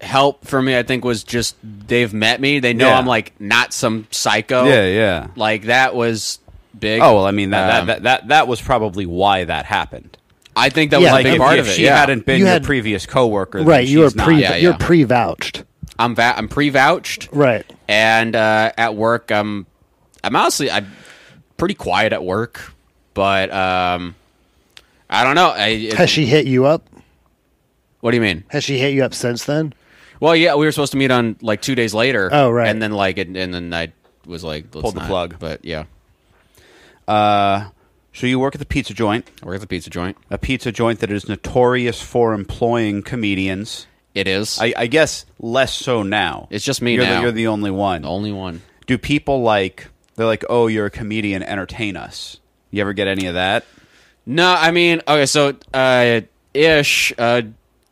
C: help for me. I think was just they've met me. They know
B: Yeah.
C: I'm like not some psycho.
B: yeah.
C: Like that was big.
B: Oh well, I mean that,
C: Um,
B: that that that that was probably why that happened.
C: I think that
A: Yeah,
C: was a
A: like,
C: big
B: if,
C: part
B: if
C: of it.
B: she
C: yeah.
B: hadn't been
A: You
B: your
A: had-
B: previous coworker, then
A: right. You are
B: she's not.
A: pre
C: Yeah,
A: you're
C: yeah.
A: pre vouched.
C: I'm va- I'm pre vouched.
A: Right.
C: And uh, at work, I'm I'm honestly I'm pretty quiet at work, but um, I don't know. I, it-
A: Has she hit you up?
C: what do you mean?
A: Has she hit you up since then?
C: Well, yeah, we were supposed to meet on like two days later.
A: Oh, right.
C: And then like it, and then I was like let's
B: Pulled the
C: not.
B: plug.
C: But yeah,
B: So you work at the pizza joint.
C: I work at the pizza joint.
B: a pizza joint that is notorious for employing comedians.
C: It is
B: I, I guess less so now.
C: It's just me
B: you're The,
C: now.
B: you're the only one.
C: the only one.
B: Do people like they're like, oh, you're a comedian, entertain us? You ever get any of that?
C: No, I mean, okay, so uh, Ish, uh,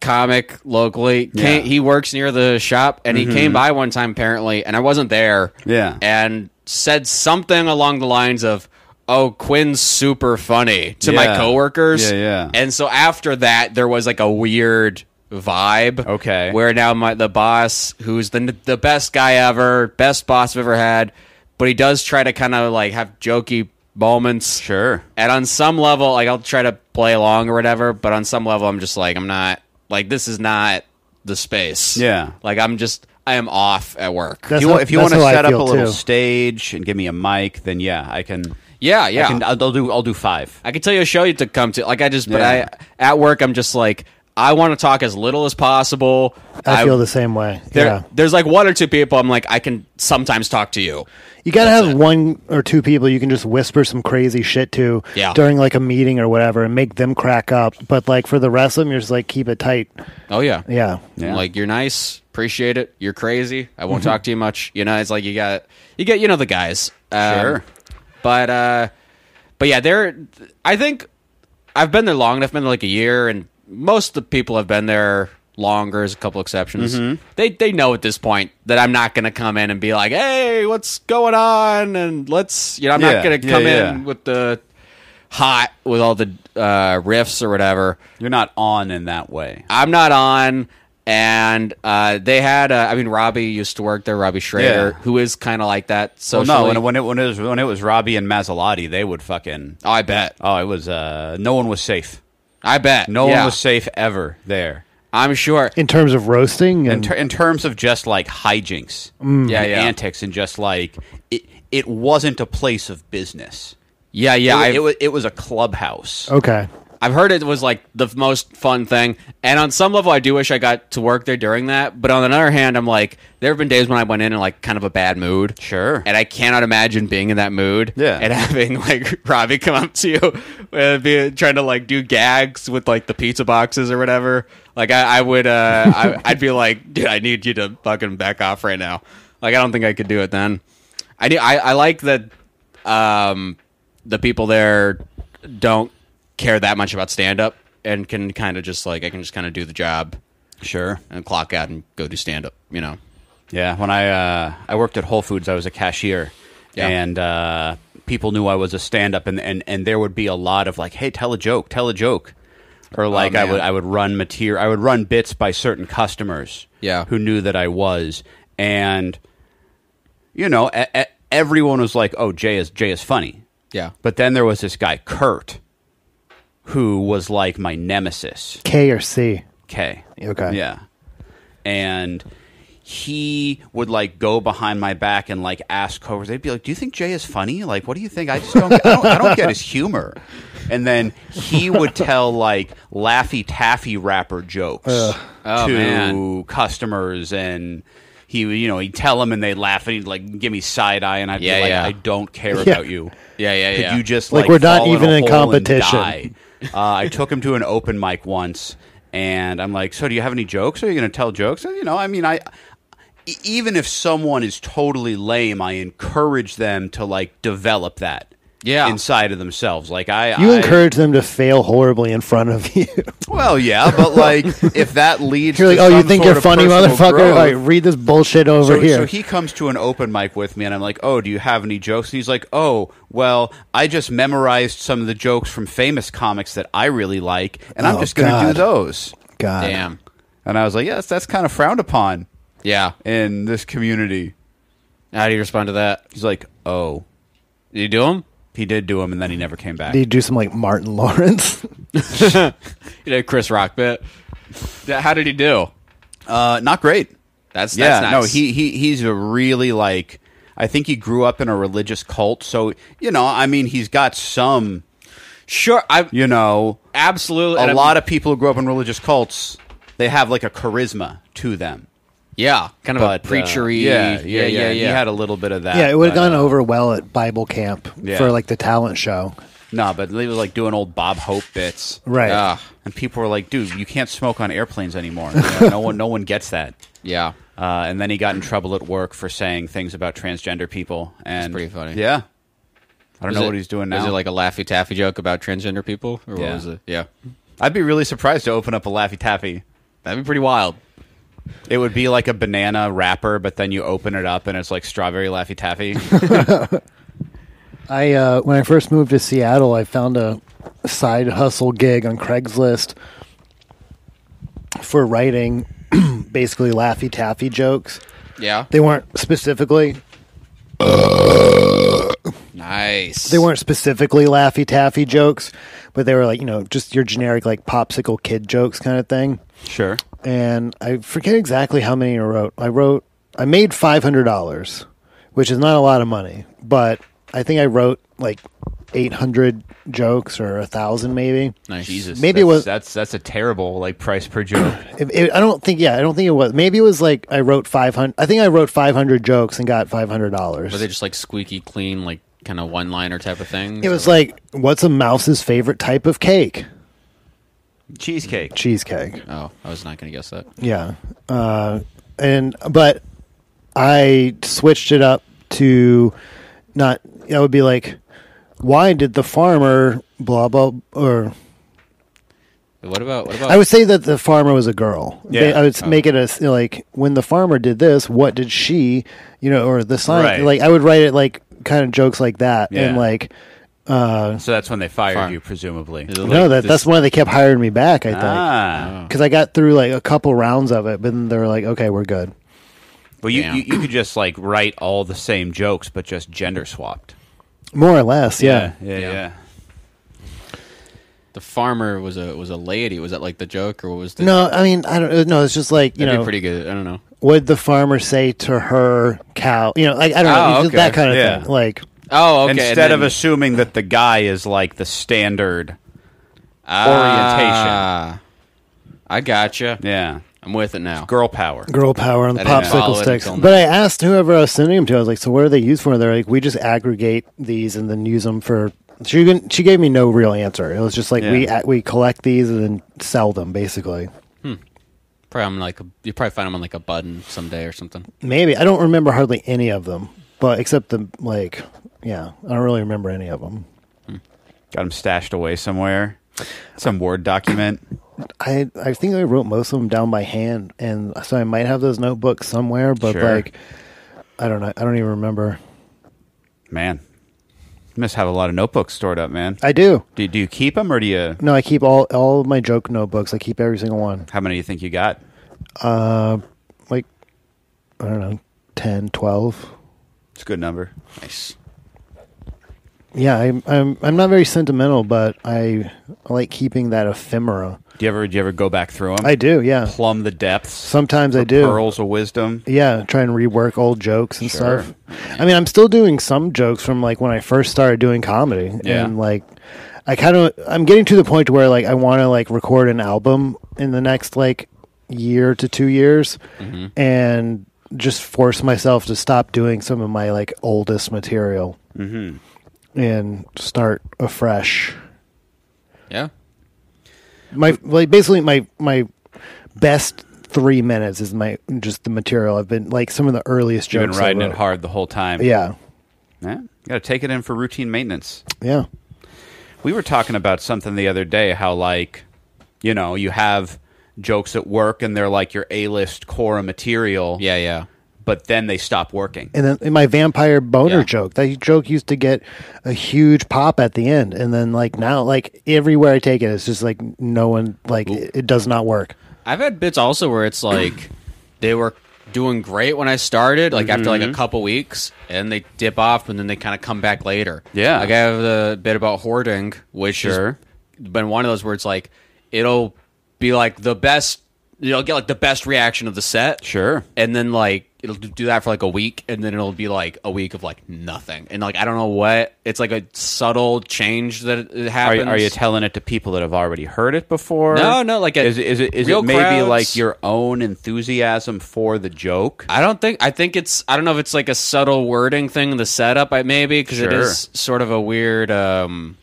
C: comic locally, came,
B: Yeah. Mm-hmm.
C: he works near the shop, and he came by one time apparently, and I wasn't there.
B: Yeah.
C: and said something along the lines of, "Oh, Quinn's super funny" to my
B: Yeah.
C: coworkers.
B: Yeah, yeah.
C: And so after that, there was like a weird vibe.
B: Okay.
C: where now my the boss, who's the the best guy ever, best boss I've ever had, but he does try to kind of like have jokey moments.
B: Sure.
C: And on some level, like I'll try to play along or whatever, but on some level, I'm just like, I'm not, like, this is not the space.
B: Yeah.
C: Like, I'm just, I am off at work.
A: That's
B: you,
A: how-
B: wa- if you
A: that's
B: want to
A: how I
B: set up a
A: feel,
B: little
A: too.
B: stage and give me a mic, then yeah, I can.
C: yeah, yeah.
B: I can,
A: uh,
B: I'll, I'll do. I'll do five.
C: I can tell you a show you to come to. Like, I just, but
B: Yeah.
C: I, at work, I'm just like, I want to talk as little as possible.
A: I feel the same way.
C: there,
A: yeah.
C: There's like one or two people I'm like, I can sometimes talk to you.
A: You gotta have one or two people you can just whisper some crazy shit to
C: Yeah.
A: during like a meeting or whatever, and make them crack up. But like for the rest of them, you're just like keep it tight.
C: Oh, yeah.
A: Yeah,
B: Yeah.
C: Like, you're nice. Appreciate it. You're crazy. I won't talk to you much. You know, it's like you got, you get, you know, the guys. Um,
B: Sure.
C: But uh but yeah, there I think I've been there long enough, been there like a year and most of the people have been there longer as a couple exceptions.
B: Mm-hmm.
C: They they know at this point that I'm not gonna come in and be like, Hey, what's going on? And let's you know, I'm
B: Yeah,
C: not gonna
B: yeah,
C: come in
B: yeah.
C: with the hot with all the uh riffs or whatever.
B: You're not on in that way.
C: I'm not on. And uh, they had, uh, I mean, Robbie used to work there, Robbie Schrader,
B: Yeah.
C: who is kind of like that. So
B: Well, no, when, when it when it was when it was Robbie and Mazzalotti, they would fucking.
C: oh, I bet,
B: Oh, it was. Uh, no one was safe.
C: I bet,
B: No
C: Yeah.
B: one was safe ever there.
C: I'm sure.
A: in terms of roasting
B: in,
A: and
B: ter- in terms of just like hijinks
C: Mm. Yeah,
B: and
C: yeah.
B: antics and just like it, it wasn't a place of business
C: Yeah,
B: it,
C: yeah.
B: wa-
C: I've, Oh.
B: it was, it was a clubhouse
A: okay,
C: I've heard it was like the f- most fun thing. And on some level, I do wish I got to work there during that. But on the other hand, I'm like, there have been days when I went in in like kind of a bad mood.
B: Sure.
C: And I cannot imagine being in that mood.
B: Yeah.
C: And having like Robbie come up to you and be trying to like do gags with like the pizza boxes or whatever. Like I, I would, uh, I, I'd be like, dude, I need you to fucking back off right now. Like I don't think I could do it then. I do, I, I like that um, the people there don't care that much about stand up and can kind of just like I can just kind of do the job
B: sure
C: and clock out and go do stand up, you know.
B: yeah when i uh, i worked at whole foods i was a cashier
C: Yeah.
B: and uh, people knew i was a stand-up and, and and there would be a lot of like hey tell a joke tell a joke or like i
C: Oh, man.
B: would i would run material i would run bits by certain customers
C: Yeah.
B: who knew that i was and you know e- e- everyone was like oh jay is jay is funny
C: Yeah.
B: But then there was this guy, Kurt, who was like my nemesis.
A: K or C.
B: K.
A: Okay.
B: Yeah. And he would like go behind my back and like ask covers. They'd be like, "Do you think Jay is funny? Like, what do you think? I just don't. Get, I, don't I don't get his humor." And then he would tell like Laffy Taffy rapper jokes.
C: Oh,
B: to
C: man.
B: customers and. He, would, you know, he'd tell them and they'd laugh and he'd like give me side eye and I'd
C: Yeah,
B: be like,
C: yeah.
B: I don't care
A: Yeah.
B: about you.
C: Yeah, yeah,
B: Could
C: yeah.
B: you just
A: Like,
B: like,
A: we're not
B: fall
A: even
B: a
A: in
B: hole and
A: competition.
B: die? Uh, I took him to an open mic once, and I'm like, "So, do you have any jokes? Are you going to tell jokes?" And, you know, I mean, I e- even if someone is totally lame, I encourage them to like develop that,
C: Yeah.
B: inside of themselves. Like I,
A: You
B: I,
A: encourage them to fail horribly in front of you.
B: Well, yeah, but like if that leads,
A: You're like,
B: to
A: oh, you
B: some
A: think
B: sort
A: you're
B: of
A: funny,
B: personal
A: motherfucker?
B: growth-
A: All right, read this bullshit over
B: so,
A: here.
B: so he comes to an open mic with me, and I'm like, "Oh, do you have any jokes?" And he's like, "Oh, well, I just memorized some of the jokes from famous comics that I really like, and I'm
A: Oh,
B: just going to do
A: God.
B: those."
A: God,
C: Damn.
B: And I was like, "Yes, that's kind of frowned upon
C: Yeah.
B: in this community."
C: How do you respond to that?
B: He's like, "Oh,
C: Did you do him?
B: he did do them, and then he never came back."
A: did you do some like Martin Lawrence?
C: You did a Chris Rock bit. Th- How did he do?
B: Uh, not great.
C: That's
B: yeah,
C: that's
B: no,
C: nuts.
B: he he he's a really like. I think he grew up in a religious cult, so you know, I mean, he's got some,
C: sure. I
B: you know,
C: absolutely
B: a
C: and I'm-
B: lot of people who grow up in religious cults, they have like a charisma to them.
C: yeah, kind of
B: But
C: a
B: uh,
C: preachery.
B: yeah, yeah, yeah,
C: yeah.
B: He had a little bit of that.
A: yeah, it would have
B: but,
A: gone
B: uh,
A: over well at Bible camp
B: Yeah.
A: for like the talent show,
B: No, but they was like doing old Bob Hope bits,
A: right?
C: Ah,
B: And people were like, "Dude, you can't smoke on airplanes anymore. You know, no one, no one gets that."
C: yeah.
B: Uh, and then he got in trouble at work for saying things about transgender people. And
C: pretty funny.
B: Yeah, I don't
C: Is
B: know
C: it-
B: what he's doing now.
C: Is it like a Laffy Taffy joke about transgender people? Or what
B: Yeah.
C: was it? Yeah.
B: I'd be really surprised to open up a Laffy Taffy.
C: That'd be pretty wild.
B: It would be like a banana wrapper, but then you open it up and it's like strawberry Laffy Taffy.
A: I uh, when I first moved to Seattle, I found a side hustle gig on Craigslist for writing basically laffy taffy jokes.
C: Yeah.
A: They weren't specifically
C: nice.
A: they weren't specifically laffy taffy jokes, but they were like, you know, just your generic like popsicle kid jokes kind of thing.
B: sure.
A: And I forget exactly how many I wrote. I wrote I made $500, which is not a lot of money, but I think I wrote like 800 jokes or a 1000 maybe.
C: nice.
B: Jesus,
A: Maybe it
B: that's,
A: was-
B: that's that's a terrible like price per joke.
A: If it, I don't think. Yeah, I don't think it was. Maybe it was like I wrote five hundred. I think I wrote five hundred jokes and got five hundred
C: Were they
A: dollars.
C: just like squeaky clean, like kind of one liner type of thing?
A: It was like, what's a mouse's favorite type of cake?
B: Cheesecake.
A: Cheesecake.
C: Oh, I was not going to guess that.
A: Yeah. Uh, and but I switched it up to not. That would be like, why did the farmer blah blah or
C: What about what about?
A: I would say that the farmer was a girl.
B: Yeah. Uh-huh.
A: They- I would
C: Oh.
A: make it as like when the farmer did this, what did she, you know, or the sign.
B: Right.
A: Like I would write it like kind of jokes like that, and
B: Yeah.
A: like
B: So that's when they fired
C: Fire.
B: you, presumably.
C: Is it like
A: no, that
C: this-
A: that's why they kept hiring me back. I think
B: Ah,
A: because I got through like a couple rounds of it, but then they were like, okay, we're good.
B: well, you,
C: Damn.
B: you you could just like write all the same jokes, but just gender swapped.
A: More or less, yeah.
B: yeah,
C: Yeah.
B: yeah.
C: the farmer was a was a lady. Was that like the joke or what was the?
A: No, I mean, I don't know. It's just like you
C: That'd
A: know,
C: be pretty good. I don't know.
A: what the farmer say to her cow? You know, like I don't know,
C: Oh,
A: it's just that
C: okay.
A: kind of
B: Yeah.
A: thing. Like,
C: Oh, okay. and
B: Instead
C: then-
B: of assuming that the guy is like the standard orientation,
C: Ah, I gotcha.
B: yeah,
C: I'm with it now.
B: girl power.
A: girl power on the
C: I didn't follow
A: popsicle
C: it
A: sticks.
C: until now.
A: But I asked whoever I was sending them to. I was like, "So what are they used for?" And they're like, "We just aggregate these and then use them for." She didn't, she gave me no real answer. It was just like we
B: Yeah.
A: we collect these and then sell them, basically.
C: Probably on like a, you probably find them on like a button someday or something.
A: Maybe I don't remember hardly any of them, but except the like, yeah, I don't really remember any of them.
B: Got him stashed away somewhere, some word document.
A: I I think I wrote most of them down by hand, and so I might have those notebooks somewhere. But
B: Sure.
A: like, I don't know. I don't even remember.
B: Man, you must have a lot of notebooks stored up, man.
A: I do.
B: do do you keep them or do you?
A: No, I keep all all of my joke notebooks. I keep every single one.
B: How many do you think you got?
A: like I don't know, 10, 12.
B: It's a good number.
C: Nice.
A: Yeah, I'm I'm I'm not very sentimental, but I I like keeping that ephemera.
B: Do you ever do you ever go back through them?
A: I do, yeah.
B: plumb the depths.
A: Sometimes I do.
B: Pearls of wisdom.
A: Yeah, try and rework old jokes and
B: Sure.
A: stuff. I mean, I'm still doing some jokes from like when I first started doing comedy,
B: Yeah.
A: and like I kind of I'm getting to the point where like I want to like record an album in the next like year to two years,
B: Mm-hmm.
A: and just force myself to stop doing some of my like oldest material
B: Mm-hmm.
A: and start afresh.
C: Yeah.
A: My like basically my my best three minutes is my just the material I've been like some of the earliest
B: You've
A: jokes
B: been
A: I
B: riding it
A: wrote.
B: hard the whole time.
A: uh, Yeah,
B: Yeah, got to take it in for routine maintenance.
A: yeah.
B: We were talking about something the other day how like, you know, you have jokes at work and they're like your A-list core material,
C: Yeah, yeah.
B: but then they stop working.
A: and then and my vampire boner
C: Yeah.
A: joke that joke used to get a huge pop at the end and then like now like everywhere i take it it's just like no one like it, it does not work
C: I've had bits also where it's like they were doing great when I started, like after like a couple weeks, and they dip off, and then they kind of come back later.
B: Yeah.
C: like I have the bit about hoarding, which
B: Sure.
C: has been one of those where it's like it'll be like the best, you'll get like the best reaction of the set,
B: Sure.
C: and then like it'll do that for like a week, and then it'll be like a week of like nothing, and like I don't know what it's like a subtle change that it- it
B: Are,
C: happens.
B: you- are you telling it to people that have already heard it before?
C: No, no, like at
B: is it, is it, is
C: real
B: it maybe
C: crowds.
B: like your own enthusiasm for the joke?
C: I don't think. I think it's. I don't know if it's like a subtle wording thing in the setup, I maybe because it
B: Sure.
C: is sort of a weird. um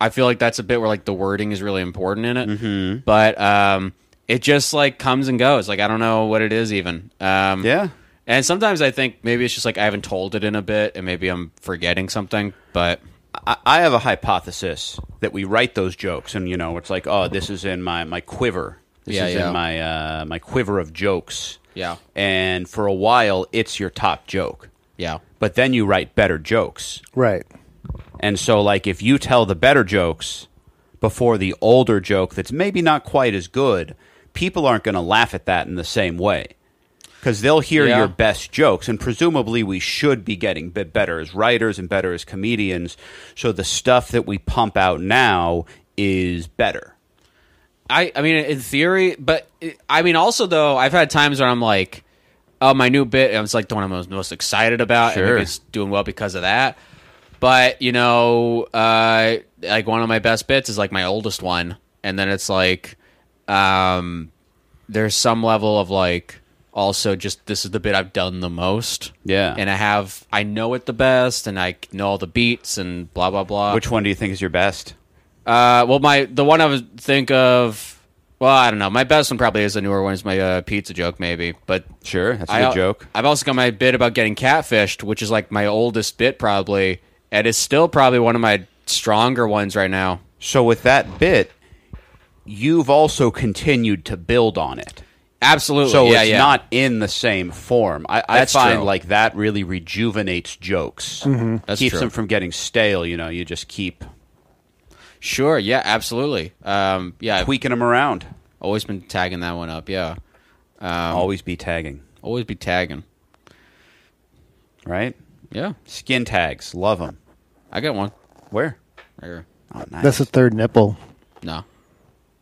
C: I feel like that's a bit where like the wording is really important in it, mm-hmm. but um it just like comes and goes. Like I don't know what it is even. Um,
B: Yeah.
C: And sometimes I think maybe it's just like I haven't told it in a bit, and maybe I'm forgetting something. But
B: I, I have a hypothesis that we write those jokes, and you know, it's like, oh, this is in my my quiver. This
C: Yeah,
B: is
C: yeah.
B: in my uh, my quiver of jokes.
C: Yeah.
B: And for a while, it's your top joke,
C: yeah,
B: but then you write better jokes,
A: right
B: and so like if you tell the better jokes before the older joke, that's maybe not quite as good. People aren't going to laugh at that in the same way. Because they'll hear
C: Yeah.
B: your best jokes, and presumably we should be getting bit better as writers and better as comedians. So the stuff that we pump out now is better.
C: I, I mean, in theory, but it, I mean, also though, I've had times where I'm like, oh, my new bit, I was like the one I'm most- most excited about, and
B: Sure.
C: maybe it's doing well because of that. But you know, uh, like one of my best bits is like my oldest one, and then it's like, um, there's some level of like, also just this is the bit I've done the most,
B: Yeah.
C: and I have, I know it the best, and I know all the beats and blah blah blah.
B: Which one do you think is your best?
C: Uh, well, my the one I was think of. Well, I don't know. My best one probably is the newer one. Is my uh, pizza joke maybe? But
B: Sure, that's a
C: I,
B: good joke.
C: I've also got my bit about getting catfished, which is like my oldest bit probably, and it's still probably one of my stronger ones right now.
B: So with that bit, you've also continued to build on it.
C: Absolutely.
B: So
C: yeah,
B: it's
C: yeah.
B: not in the same form. I, I
C: That's
B: find
C: true.
B: like that really rejuvenates jokes.
A: Mm-hmm.
C: That's
B: Keeps
C: true.
B: them from getting stale. You know, you just keep
C: sure. Yeah, absolutely. Um, yeah, I've
B: tweaking them around.
C: always been tagging that one up. Yeah, Um,
B: Always be tagging,
C: always be tagging.
B: right?
C: Yeah,
B: Skin tags, love them.
C: I got one.
B: Where?
C: Right here.
B: Oh, nice.
A: that's the third nipple
C: No,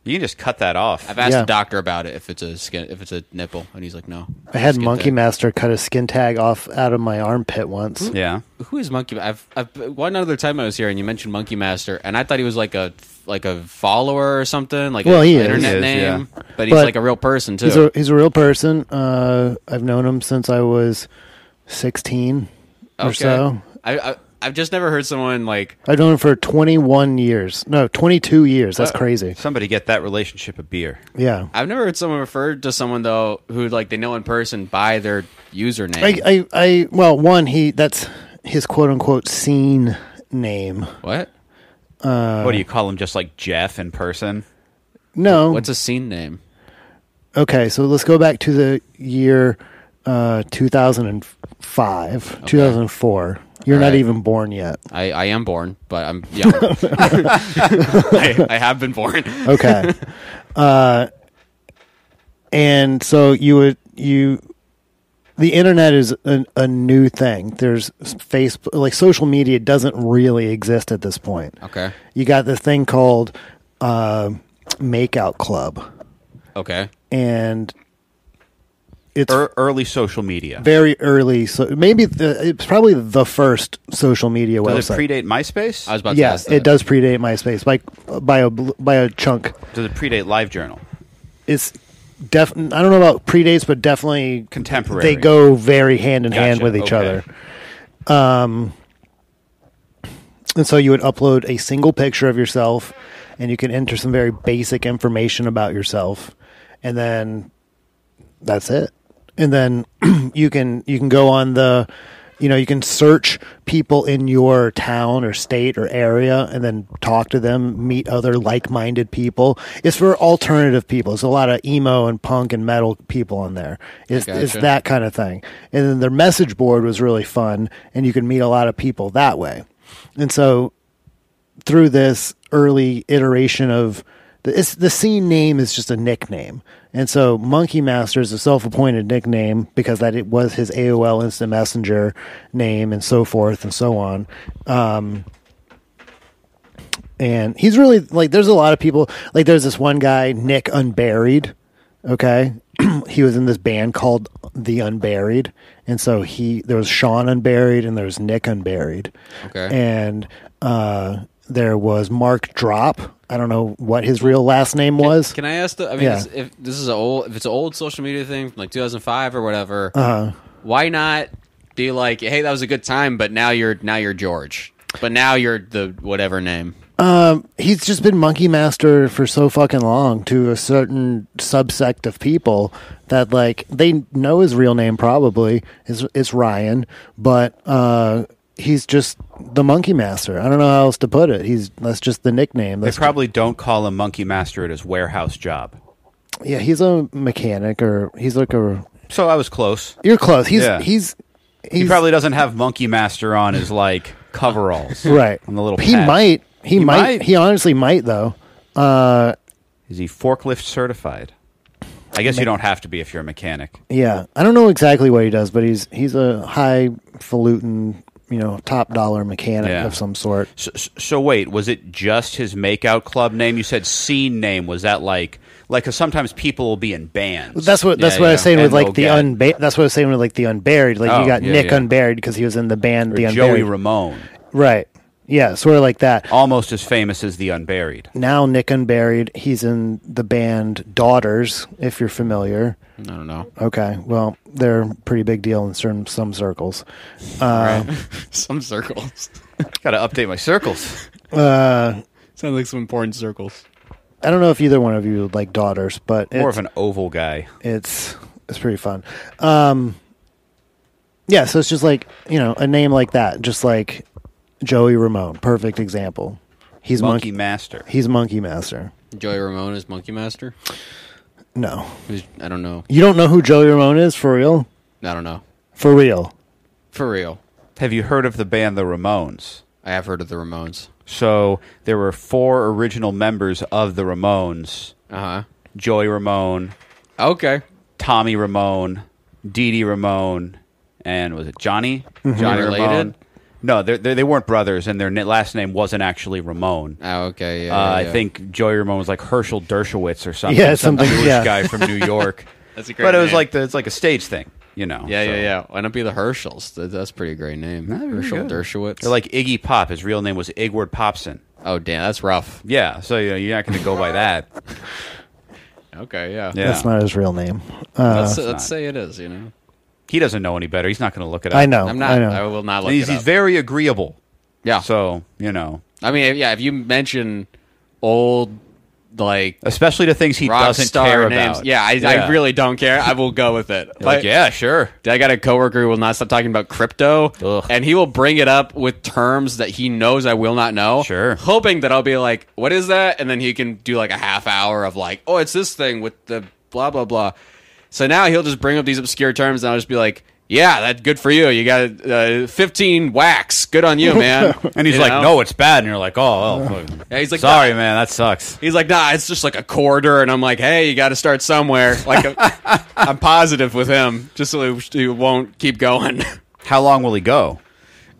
B: you can just cut that off.
C: I've asked
A: Yeah.
C: the doctor about it if it's a skin, if it's a nipple, and he's like, no.
A: i had
C: Skin
A: monkey
C: tag.
A: master cut a skin tag off out of my armpit once
B: yeah.
C: Who is Monkey? I've, I've one other time I was here and you mentioned Monkey Master, and I thought he was like a like a follower or something, like
A: Well,
C: an
A: he is.
C: internet
B: He is,
C: name,
B: yeah.
C: but he's
A: But
C: like a real person too.
A: he's a he's a real person uh i've known him since i was 16 or
C: Okay.
A: so
C: I, I I've just never heard someone like
A: i've known him for 21 years no 22 years that's
C: Wow.
A: crazy
B: Somebody get that relationship a beer.
A: yeah
C: I've never heard someone referred to someone though who like they know in person by their username.
A: I, I, I, well, one, he, that's his quote unquote scene name.
C: what?
A: Uh,
B: what do you call him? Just like Jeff in person?
A: No.
C: What's a scene name?
A: okay. So let's go back to the year, uh, 2005, 2004. You're
C: All
A: not
C: right.
A: even born yet.
C: I, I am born, but I'm young. I, I have been born.
A: Okay. uh, and so you would, you, the internet is a, a new thing. There's Facebook, like social media doesn't really exist at this point.
C: Okay.
A: You got this thing called, uh, Makeout Club.
C: Okay.
A: and it's
B: Er, early social media.
A: very early. So maybe the, it's probably the first social media
B: Does it
A: website.
B: predate MySpace?
C: I was about to
A: yeah,
C: ask that.
A: it does predate MySpace by by a bl- by a chunk.
B: Does it predate LiveJournal?
A: It's def- I don't know about predates, but definitely
B: Contemporary.
A: They go very hand in hand
B: Gotcha,
A: with each
B: okay.
A: other. Um, and so you would upload a single picture of yourself, and you can enter some very basic information about yourself, and then that's it. And then you can you can go on the, you know, you can search people in your town or state or area, and then talk to them, meet other like-minded people. It's for alternative people. There's a lot of emo and punk and metal people on there. It's, it's
C: Gotcha.
A: that kind of thing. And then their message board was really fun, and you could meet a lot of people that way. And so through this early iteration of the, it's, the scene name is just a nickname. And so Monkey Master is a self appointed nickname because that it was his AOL Instant Messenger name and so forth and so on. Um, and he's really like, there's a lot of people. Like, there's this one guy, Nick Unburied. Okay. he was in this band called The Unburied. And so he, there was Sean Unburied and there was Nick Unburied
C: Okay.
A: and uh, there was Mark Drop. I don't know what his real last name was.
C: Can I ask the? I mean,
A: Yeah.
C: is- if this is an old, if it's an old social media thing from like 2005 or whatever, why not be like, hey, that was a good time, but now you're now you're George, but now you're the whatever name.
A: He's just been Monkey Master for so fucking long to a certain subsect of people that like they know his real name probably is it's Ryan, but uh, he's just the Monkey Master. I don't know how else to put it. He's that's just the nickname.
B: They
A: That's,
B: probably don't call him Monkey Master at his warehouse job.
A: yeah, he's a mechanic or he's like a.
B: So I was close.
A: You're close. He's
B: Yeah.
A: he's. He's,
B: He probably doesn't have Monkey Master on his like coveralls,
A: right
B: On the little
A: he
B: pad.
A: might he, might,
B: might.
A: he honestly might though
B: Is he forklift certified? I guess you don't have to be if you're a mechanic.
A: yeah i don't know exactly what he does but he's he's a highfalutin you know top dollar mechanic
B: Yeah.
A: of some sort
B: So, so- so wait, was it just his makeout club name? You said scene name. Was that like like? Because sometimes people will be in bands.
A: that's what that's
C: Yeah,
A: what i
C: yeah.
A: was saying with
B: And
A: like
B: they'll
A: the
B: get-
A: unba- that's what i was saying with like the unburied like you
B: Oh,
A: got
B: yeah,
A: nick
B: yeah.
A: unburied because he was in the band the
B: Joey
A: unburied
B: Ramone,
A: right yeah sort of like that
B: almost as famous as the Unburied.
A: now nick unburied he's in the band daughters if you're familiar
C: I don't know.
A: okay well they're a pretty big deal in certain some circles
C: Some circles
B: Got to update my circles.
C: sounds like some important circles.
A: i don't know if either one of you would like daughters but
B: More
A: it's-
B: of an oval guy.
A: it's it's pretty fun. Um, yeah, so it's just like you know a name like that, just like Joey Ramone, perfect example. He's monkey.
B: Monkey Master.
A: he's monkey master.
C: Joey Ramone is Monkey Master.
A: No,
C: Who's- I don't know.
A: you don't know who Joey Ramone is for real.
C: I don't know.
A: For real.
C: For real,
B: Have you heard of the band The Ramones?
C: I have heard of the Ramones.
B: So there were four original members of the Ramones:
C: Uh
B: Joey Ramone,
C: huh. Okay.
B: Tommy Ramone, Dee Dee Ramone, and was it Johnny?
A: Mm-hmm.
C: Johnny related?
B: No, they're, they're, they weren't brothers, and their ni- last name wasn't actually Ramone.
C: Oh, okay. Yeah.
B: Uh,
C: yeah,
B: I
C: yeah.
B: think Joey Ramone was like Herschel Dershowitz or something.
A: Yeah,
B: some
A: something-
B: Jewish
A: yeah.
B: guy from New York.
C: That's a great
B: but it was
C: name.
B: like the, it's like a stage thing, you know.
C: Yeah,
B: so.
C: yeah, yeah. Why not be the Herschels? That, that's a pretty great name.
B: they're really
C: Herschel
B: good.
C: Dershowitz.
B: They're like Iggy Pop. His real name was Igward Popson.
C: oh damn, that's rough.
B: Yeah, so you know, you're not going to go by that.
C: Okay, yeah.
B: Yeah.
A: That's not his real name. Uh,
C: let's
B: it's
C: let's
B: not.
C: say it is. You know,
B: He doesn't know any better. He's not going to look it up.
A: I know.
C: I'm not.
A: I
C: I,
A: know.
C: will not
B: And
C: look
B: he's,
C: it
B: he's
C: up. Ah.
B: very agreeable.
C: yeah.
B: So, you know,
C: I mean, yeah. If you mention old like
B: especially to things he
C: rock
B: doesn't
C: star
B: care
C: names,
B: about.
C: yeah I, I really don't care. I will go with it.
B: You're like,
C: Like,
B: yeah, sure.
C: I got a coworker who will not stop talking about crypto,
B: Ugh.
C: and he will bring it up with terms that he knows I will not know.
B: Sure.
C: hoping that I'll be like, "What is that?" And then he can do like a half hour of like, "Oh, it's this thing with the blah blah blah." So now he'll just bring up these obscure terms, and I'll just be like, "Yeah, that's good for you. You got uh, fifteen wax. Good on you, man."
B: And he's
C: You
B: like,
C: know?
B: no, it's bad. And you're like, oh, well, fuck.
C: Yeah, he's like,
B: sorry,
C: "Nah."
B: man, that sucks.
C: He's like, nah, it's just like a quarter, and I'm like, hey, you got to start somewhere. Like, i I'm positive with him, just so he- he won't keep going.
B: How long will he go?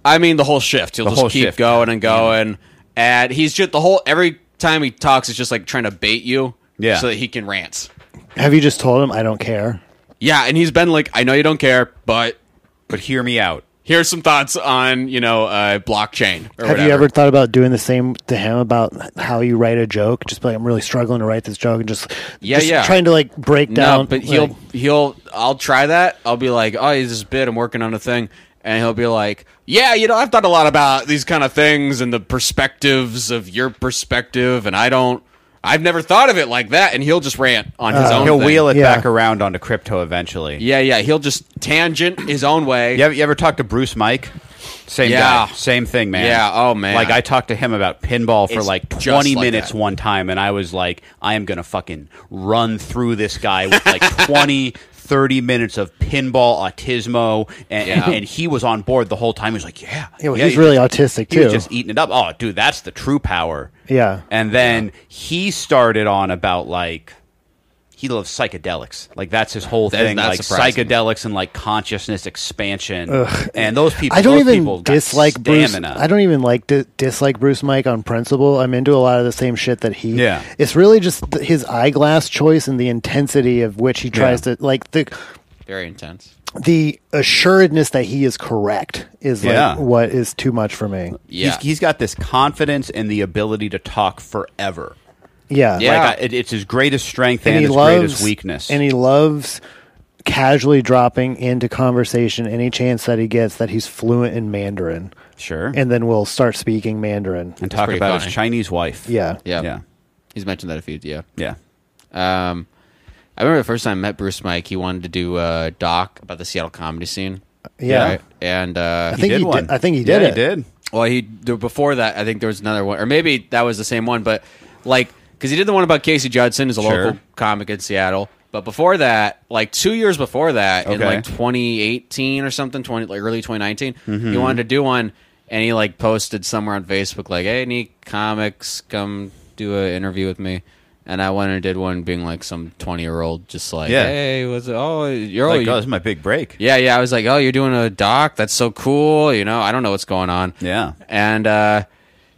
C: I mean, the whole shift. He'll
B: whole
C: just keep
B: shift.
C: going and going. And he's just the whole every time he talks, it's just like trying to bait you,
B: Yeah.
C: so that he can rant.
A: Have you just told him I don't care?
C: Yeah, and he's been like, I know you don't care, but
B: But hear me out.
C: here's some thoughts on you know uh, blockchain. Or
A: Have
C: whatever.
A: you ever thought about doing the same to him about how you write a joke? Just be like I'm really struggling to write this joke and just
C: Yeah,
A: just
C: yeah.
A: trying to like break down.
C: No, but
A: like-
C: he'll he'll I'll try that. I'll be like, oh, here's this bit. I'm working on a thing, and he'll be like, yeah, you know, I've thought a lot about these kind of things and the perspectives of your perspective, and I don't, I've never thought of it like that. And he'll just rant on his
A: Uh,
C: own.
B: He'll
C: thing.
B: wheel it
A: Yeah.
B: back around onto crypto eventually.
C: Yeah, yeah. He'll just tangent his own way.
B: You ever, you ever talk to Bruce Mike? Same
C: Yeah.
B: guy, same thing, man.
C: Yeah, oh, man.
B: Like I talked to him about pinball for
C: It's
B: like
C: just
B: twenty
C: like
B: minutes
C: that.
B: one time, and I was like, I am gonna fucking run through this guy with like 20, 30 minutes of pinball autismo, and,
C: Yeah.
B: and he was on board the whole time. He was like, Yeah,
A: Yeah, well, he's really autistic
B: he was
A: too.
B: just eating it up. Oh, dude, that's the true power.
A: Yeah.
B: And then he started on about like he loves psychedelics. Like that's his whole
C: That is
B: thing.
C: not
B: Like
C: surprising.
B: psychedelics and like consciousness expansion. And those people,
A: I don't
B: those
A: even
B: people got
A: dislike Bruce.
B: stamina.
A: I don't even like di- dislike Bruce Mike on principle. I'm into a lot of the same shit that he.
B: Yeah.
A: It's really just th- his eyeglass choice and the intensity of which he tries to like the
C: Very intense.
A: the assuredness that he is correct is like
B: Yeah.
A: what is too much for me.
C: Yeah.
B: He's, he's got this confidence and the ability to talk forever.
A: Yeah.
C: Yeah.
B: Like I, it, it's his greatest strength and,
A: And he
B: his
A: loves
B: greatest weakness.
A: And he loves casually dropping into conversation any chance that he gets that he's fluent in Mandarin.
B: sure. And,
A: And then we'll start speaking Mandarin.
B: talk
C: pretty
B: about
C: funny.
B: his Chinese wife.
A: Yeah.
C: yeah.
B: Yeah.
C: He's mentioned that a few. Yeah.
B: Yeah.
C: Um, I remember the first time I met Bruce Mike, he wanted to do a doc about the Seattle comedy scene.
A: Yeah.
C: And uh,
A: think
B: did
A: he
B: one.
A: did- I think he
B: Yeah,
A: did it.
B: He did.
C: well, he the- before that, I think there was another one, or maybe that was the same one, but like because he did the one about Casey Judson, who's a
B: Sure.
C: local comic in Seattle. But before that, like two years before that, in
B: Okay.
C: like 2018 or something, 20 like early 2019,
B: Mm-hmm.
C: he wanted to do one, and he like posted somewhere on Facebook like, "Hey, any comics come do an interview with me?" And I went and did one, being like some 20 year old, just like,
B: Yeah.
C: "Hey, what's it? Oh, you're
B: Like,
C: you-
B: oh, this is my big break.
C: yeah, yeah. I was like, oh, you're doing a doc? That's so cool. You know, I don't know what's going on.
B: Yeah.
C: And uh,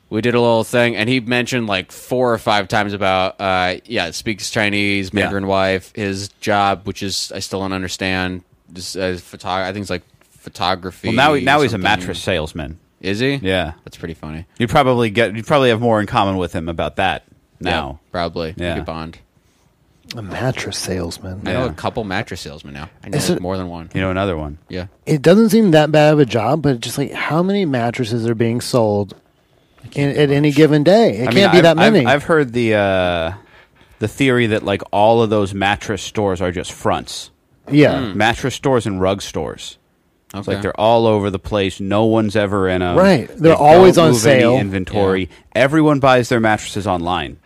C: we did a little thing, and he mentioned like four or five times about, uh, yeah, speaks Chinese,
B: Yeah.
C: Mandarin wife, his job, which is I still don't understand. Just uh, photog- I think it's like photography.
B: Well, now, he, now he's a
C: something.
B: mattress salesman.
C: Is he?
B: Yeah.
C: That's pretty funny.
B: You'd probably get. You'd probably have more in common with him about that now.
C: Yeah, probably.
B: Yeah.
C: We could bond.
A: A mattress salesman.
C: I know a
B: Yeah.
C: couple mattress salesmen now. I know
A: Is it-
C: more than one.
B: You know, another one.
C: Yeah.
A: It doesn't seem that bad of a job, but just like how many mattresses are being sold in, at any given day? It
B: I mean,
A: can't be
B: I've-
A: that many.
B: I've, I've heard the uh, the theory that like all of those mattress stores are just fronts,
A: yeah.
B: Hmm. mattress stores and rug stores. It's
C: Okay.
B: like they're all over the place. No one's ever in them.
A: Right.
B: They
A: They're always
B: don't
A: on
B: move any
A: sale.
B: inventory. Everyone buys their mattresses online.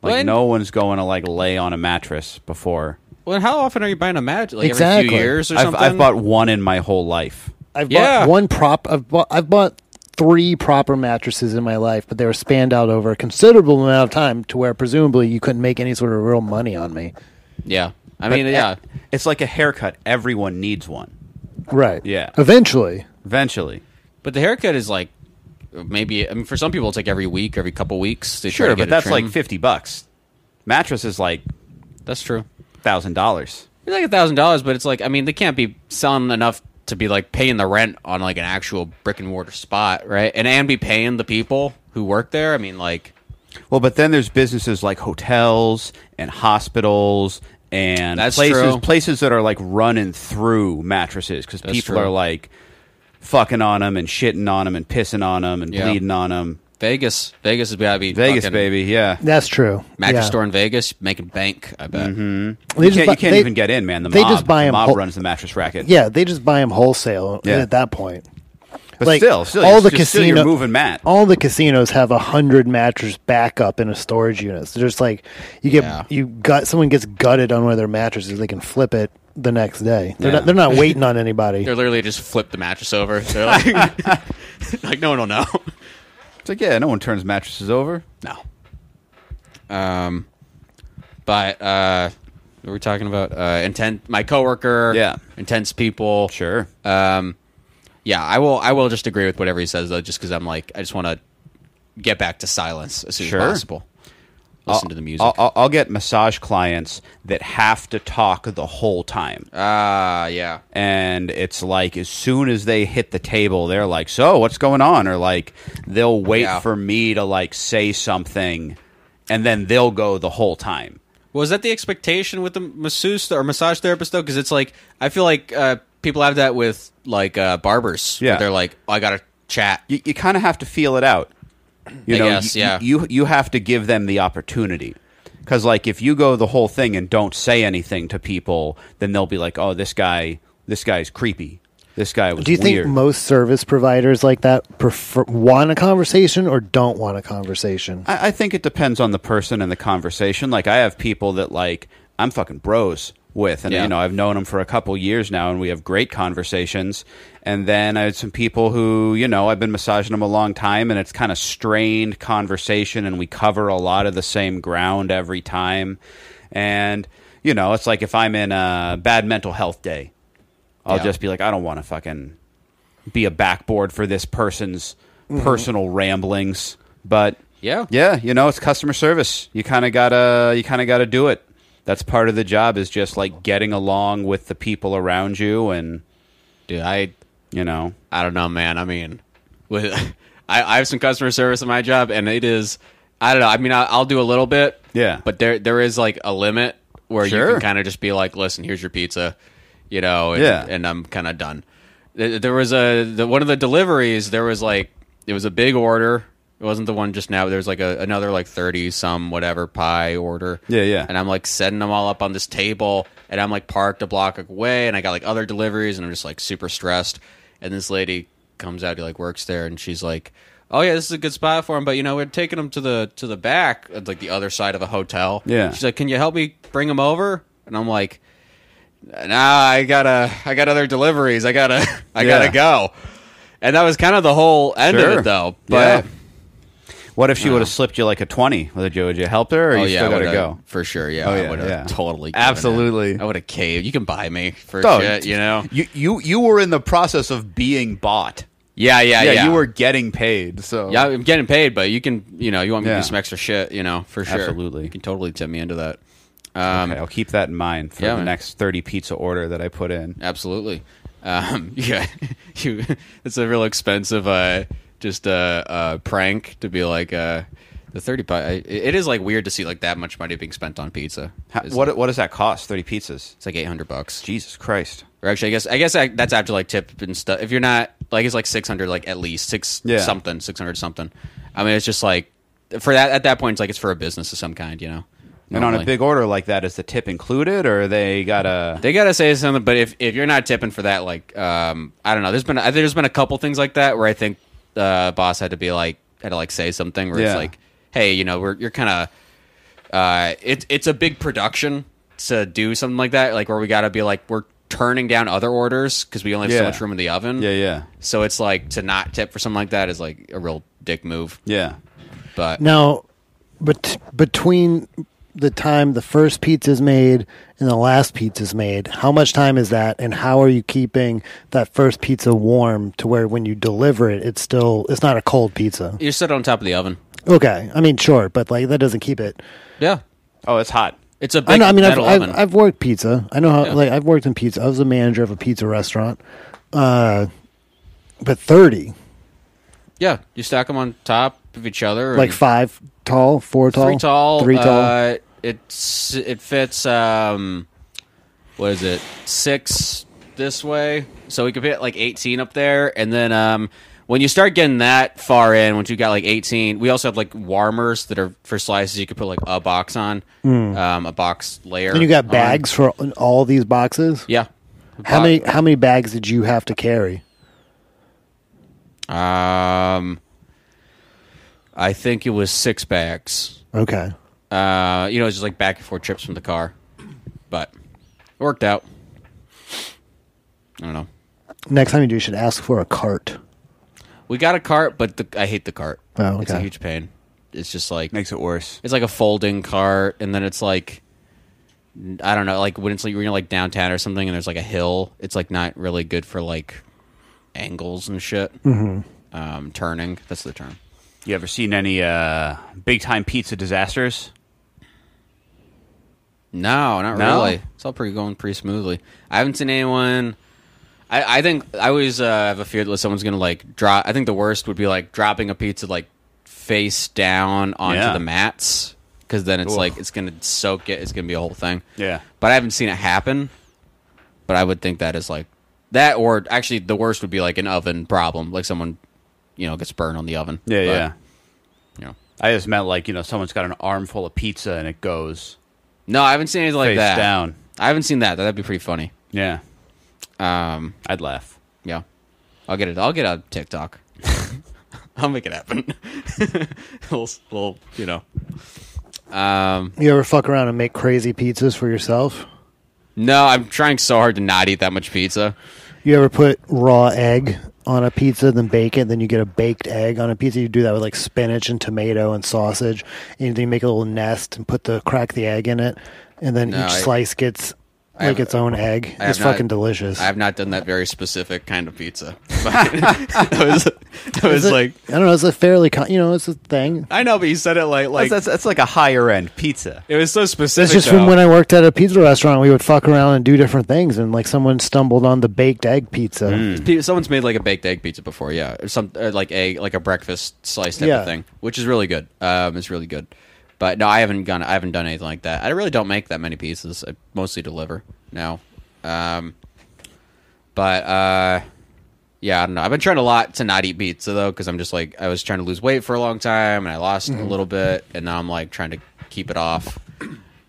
B: Like
C: When-
B: no one's going to like lay on a mattress before.
C: Well, how often are you buying a mattress? Like every
A: Exactly.
C: few years or
B: I've,
C: something?
B: I've bought one in my whole life.
A: I've
C: Yeah.
A: bought one prop. I've bought, I've bought three proper mattresses in my life, but they were spanned out over a considerable amount of time to where presumably you couldn't make any sort of real money on me.
C: Yeah. I mean, yeah.
B: e, It's like a haircut. Everyone needs one
A: Right.
B: Yeah.
A: Eventually.
B: eventually.
C: But the haircut is like maybe I mean for some people it's like every week, every couple weeks. They try
B: Sure,
C: to get
B: but
C: a
B: that's
C: trim.
B: like fifty bucks. Mattress is like
C: that's true.
B: thousand dollars.
C: It's like a thousand dollars, but it's like I mean they can't be selling enough to be like paying the rent on like an actual brick and mortar spot, right? And and be paying the people who work there. I mean like
B: Well, but then there's businesses like hotels and hospitals and
C: That's
B: places
C: true.
B: places that are like running through mattresses because people
C: true.
B: are like fucking on them and shitting on them and pissing on them and
C: Yeah.
B: bleeding on them.
C: Vegas, Vegas has gotta be
B: Vegas,
C: fucking-
B: baby, yeah.
A: That's true.
C: Mattress
A: Yeah.
C: store in Vegas making bank. I bet.
B: Mm-hmm.
A: They
B: You
A: just
B: can't,
A: buy-
B: you can't
A: they-
B: even get in, man. The
A: they
B: mob,
A: just buy
B: the
A: 'em
B: mob
A: whole-
B: runs the mattress racket.
A: Yeah, they just buy them wholesale
B: Yeah.
A: at that point.
B: but still, still,
A: all
B: you're-
A: the
B: just still you're
A: casino
B: moving mat.
A: All the casinos have a hundred mattress backup in a storage unit. So just like you get
C: Yeah.
A: you gut someone gets gutted on one of their mattresses, they can flip it the next day. They're
B: Yeah.
A: not they're not waiting on anybody.
C: They're literally just flip the mattress over. They're like, like no one will know.
B: It's like, yeah, no one turns mattresses over.
C: No. Um, but uh, we were talking about uh, intense. My coworker,
B: Yeah.
C: intense people.
B: Sure. Uh,
C: Um, yeah, I will. I will just agree with whatever he says though, just because I'm like, I just want to get back to silence as soon
B: Sure.
C: as possible. listen to the music.
B: I'll, I'll, I'll get massage clients that have to talk the whole time.
C: Ah, yeah.
B: and it's like as soon as they hit the table they're like so what's going on or like they'll wait
C: Yeah.
B: for me to like say something and then they'll go the whole time
C: Was that the expectation with the masseuse or massage therapist though? Because it's like I feel like uh, people have that with like uh, barbers. where
B: Yeah.
C: they're like, oh, I gotta chat.
B: you, you kind of have to feel it out you
C: I
B: know
C: guess,
B: you,
C: yeah.
B: you you have to give them the opportunity because like if you go the whole thing and don't say anything to people then they'll be like oh this guy this guy's creepy this guy was
A: Do you
B: weird
A: think most service providers like that prefer, want a conversation or don't want a conversation?
B: I, I think it depends on the person and the conversation. Like I have people that like I'm fucking bros with, and
C: Yeah.
B: you know I've known them for a couple years now, and we have great conversations. And then I had some people who you know I've been massaging them a long time, and it's kind of strained conversation, and we cover a lot of the same ground every time. And you know it's like if I'm in a bad mental health day, I'll
C: Yeah.
B: just be like I don't want to fucking be a backboard for this person's personal ramblings. But
C: Mm-hmm. Yeah.
B: yeah, you know, it's customer service. You kind of gotta, you kind of gotta do it. That's part of the job is just like getting along with the people around you, and
C: Dude, I
B: you know,
C: I don't know, man. I mean, with I, I have some customer service in my job, and it is I don't know. I mean, I, I'll do a little bit,
B: Yeah.
C: But there there is like a limit where you
B: Sure.
C: can kind of just be like, listen, here's your pizza, you know, and,
B: Yeah.
C: and I'm kind of done. There there was a the, one of the deliveries. There was like it was a big order. It wasn't the one just now. There was like a, another like thirty some whatever pie order.
B: Yeah, yeah.
C: And I'm like setting them all up on this table, and I'm like parked a block away, and I got like other deliveries, and I'm just like super stressed. And this lady comes out, who like works there, and she's like, "Oh yeah, this is a good spot for him, but you know we're taking him to the to the back, uh, like the other side of the hotel."
B: Yeah.
C: She's like, "Can you help me bring him over?" And I'm like, "Nah, I gotta, I got other deliveries. I gotta, I
B: Yeah.
C: gotta go." And that was kind of the whole end of
B: Sure.
C: it, though. But
B: Yeah. what if she would have slipped you like a twenty? Would you, would you helped her, or
C: Oh
B: you
C: yeah,
B: still
C: I
B: gotta
C: would've-
B: go?
C: for sure. Yeah,
B: Oh,
C: I
B: yeah,
C: would have
B: yeah.
C: totally, given in.
B: Absolutely.
C: I would have caved. You can buy me for
B: Oh,
C: shit, you know.
B: You, you, you were in the process of being bought.
C: Yeah, yeah,
B: Yeah,
C: Uh, yeah.
B: you were getting paid. So
C: Yeah, I'm getting paid, but you can, you know, you want me
B: Yeah.
C: to do some extra shit, you know, for sure.
B: Absolutely.
C: you can totally tip me into that. Um,
B: Okay, I'll keep that in mind for
C: yeah,
B: the
C: man.
B: next thirty pizza order that I put in.
C: Absolutely. Um, yeah, you. It's a real expensive, uh, just uh, uh, prank to be like uh, the thirty. Pi- I- it is like weird to see like that much money being spent on pizza.
B: How,
C: It's-
B: what what does that cost? Thirty pizzas.
C: It's like eight hundred bucks.
B: Jesus Christ.
C: Or actually, I guess I guess I, that's after like tip and stuff. If you're not like it's like six hundred, like at least six
B: Yeah.
C: something, six hundred something. I mean, it's just like for that at that point, it's like it's for a business of some kind, you know.
B: And on a
C: Normally.
B: big order like that, is the tip included, or they gotta?
C: they gotta say something. But if if you're not tipping for that, like um, I don't know. There's been I- there's been a couple things like that where I think uh, boss had to be like had to like say something where
B: Yeah.
C: it's like, hey, you know, we're you're kind of uh, it's it's a big production to do something like that, like where we gotta be like we're turning down other orders because we only have so
B: Yeah.
C: much room in the oven.
B: yeah, yeah,
C: So it's like to not tip for something like that is like a real dick move.
B: yeah.
C: But
A: Now, but between the time the first pizza is made and the last pizza is made, how much time is that, and how are you keeping that first pizza warm to where when you deliver it, it's still it's not a cold pizza?
C: you sit on top of the oven.
A: Okay, I mean sure, but like that doesn't keep it.
C: Yeah.
B: Oh, it's hot.
C: It's a big
A: I know. I mean, I've,
C: metal
A: I've,
C: oven.
A: I've worked pizza. I know how.
C: Yeah.
A: Like, I've worked in pizza. I was a manager of a pizza restaurant. Uh, but thirty,
C: yeah. You stack them on top of each other. and
A: like five tall, four tall,
C: Hmm. three tall.
A: three tall.
C: Uh, it's it fits um what is it? Six this way. So we could fit like eighteen up there and then um when you start getting that far in, once you got like eighteen, we also have like warmers that are for slices. You could put like a box on, um, a box layer.
A: and Hmm. you got
C: on.
A: bags for all these boxes.
C: Yeah.
A: How
C: Bo-
A: many how many bags did you have to carry?
C: Um, I think it was six bags.
A: Okay.
C: Uh, you know, it's just like back and forth trips from the car, but it worked out. I don't know.
A: Next time you do, you should ask for a cart.
C: We got a cart, but the, I hate the cart.
A: Oh,
C: It's a
A: okay.
C: huge pain. It's just like
B: Makes it worse.
C: it's like a folding cart, and then it's like I don't know, like when it's like you're in like downtown or something, and there's like a hill. It's like not really good for like angles and shit. Mm-hmm. Um, turning. That's the term.
B: You ever seen any uh, big time pizza disasters?
C: No, not
B: No?
C: really. It's all pretty going pretty smoothly. I haven't seen anyone. I, I think I always uh, have a fear that someone's gonna like drop. I think the worst would be like dropping a pizza like face down onto
B: Yeah.
C: the mats because then it's
B: Oof.
C: like it's gonna soak it. It's gonna be a whole thing.
B: Yeah.
C: but I haven't seen it happen. But I would think that is like that, or actually the worst would be like an oven problem, like someone you know gets burned on the oven.
B: Yeah,
C: But,
B: yeah.
C: You know.
B: I just meant like you know someone's got an armful of pizza and it goes
C: No, I haven't seen anything like
B: face
C: that.
B: down.
C: I haven't seen that. That'd be pretty funny.
B: Yeah,
C: Um,
B: I'd laugh.
C: Yeah. I'll get it. I'll get a TikTok. I'll make it happen. little, little, you know. Um,
A: You ever fuck around and make crazy pizzas for yourself?
C: no, I'm trying so hard to not eat that much pizza.
A: You ever put raw egg on a pizza, then bake it, then you get a baked egg on a pizza? You do that with like spinach and tomato and sausage, and then you make a little nest and put the crack the egg in it, and then
C: No,
A: each
C: I-
A: slice gets like
C: have-
A: its own egg.
C: I
A: It's
C: have not-
A: fucking delicious.
C: I have not done that very specific kind of pizza. that was, that
A: Is
C: was
A: it-
C: like,
A: I don't know. It's a fairly, con- you know, it's a thing.
C: I know, but you said it like, like
B: that's, that's that's like a higher end pizza.
C: it was so specific.
A: It's just
C: though.
A: from when I worked at a pizza restaurant, we would fuck around and do different things, and like someone stumbled on the baked egg pizza.
C: Pe- Someone's made like a baked egg pizza before, yeah, or some or like egg, like a breakfast slice type
A: Yeah.
C: of thing, which is really good. Um, it's really good, but no, I haven't gone, I haven't done anything like that. I really don't make that many pieces. I mostly deliver now. Um, but uh, yeah, I don't know. I've been trying a lot to not eat pizza though, because I'm just like I was trying to lose weight for a long time, and I lost
A: Mm-hmm.
C: a little bit, and now I'm like trying to keep it off,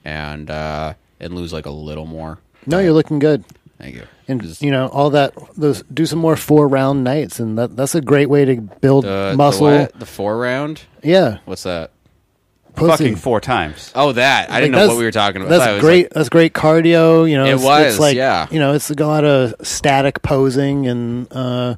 C: and uh, and lose like a little more.
A: No, you're looking good.
C: Thank you.
A: and
C: Just-
A: you know all that those do some more four round nights and that, that's a great way to build
C: the,
A: muscle
C: the, what? the four round.
A: yeah
C: What's that?
A: pussy.
B: Fucking four times.
C: Oh, that I
A: Like,
C: didn't know what
A: that's-
C: we were talking about. I thought it
A: that's
C: was
A: great
C: like-
A: that's great cardio you know
C: It
A: it's,
C: was,
A: it's like
C: yeah.
A: you know it's a lot of static posing and uh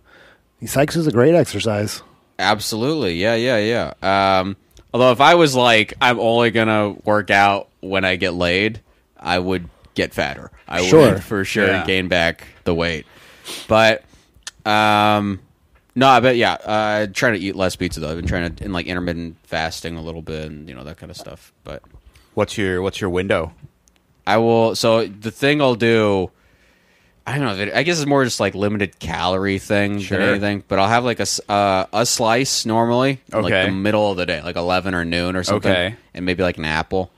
A: Sykes is a great exercise
C: absolutely, yeah, yeah, yeah. Um, although if I was like, I'm only gonna work out when I get laid, I would get fatter. I
A: Sure.
C: would for sure
B: Yeah.
C: gain back the weight. But um, no, I bet yeah. Uh, trying to eat less pizza though. I've been trying to in like intermittent fasting a little bit and you know that kind of stuff. But
B: What's your what's your window?
C: I will. So the thing I'll do, I don't know. I guess it's more just like limited calorie thing
B: Sure.
C: than anything. But I'll have like a s- uh, a slice normally, in, like
B: Okay.
C: the middle of the day, like eleven or noon or something,
B: Okay.
C: and maybe like an apple,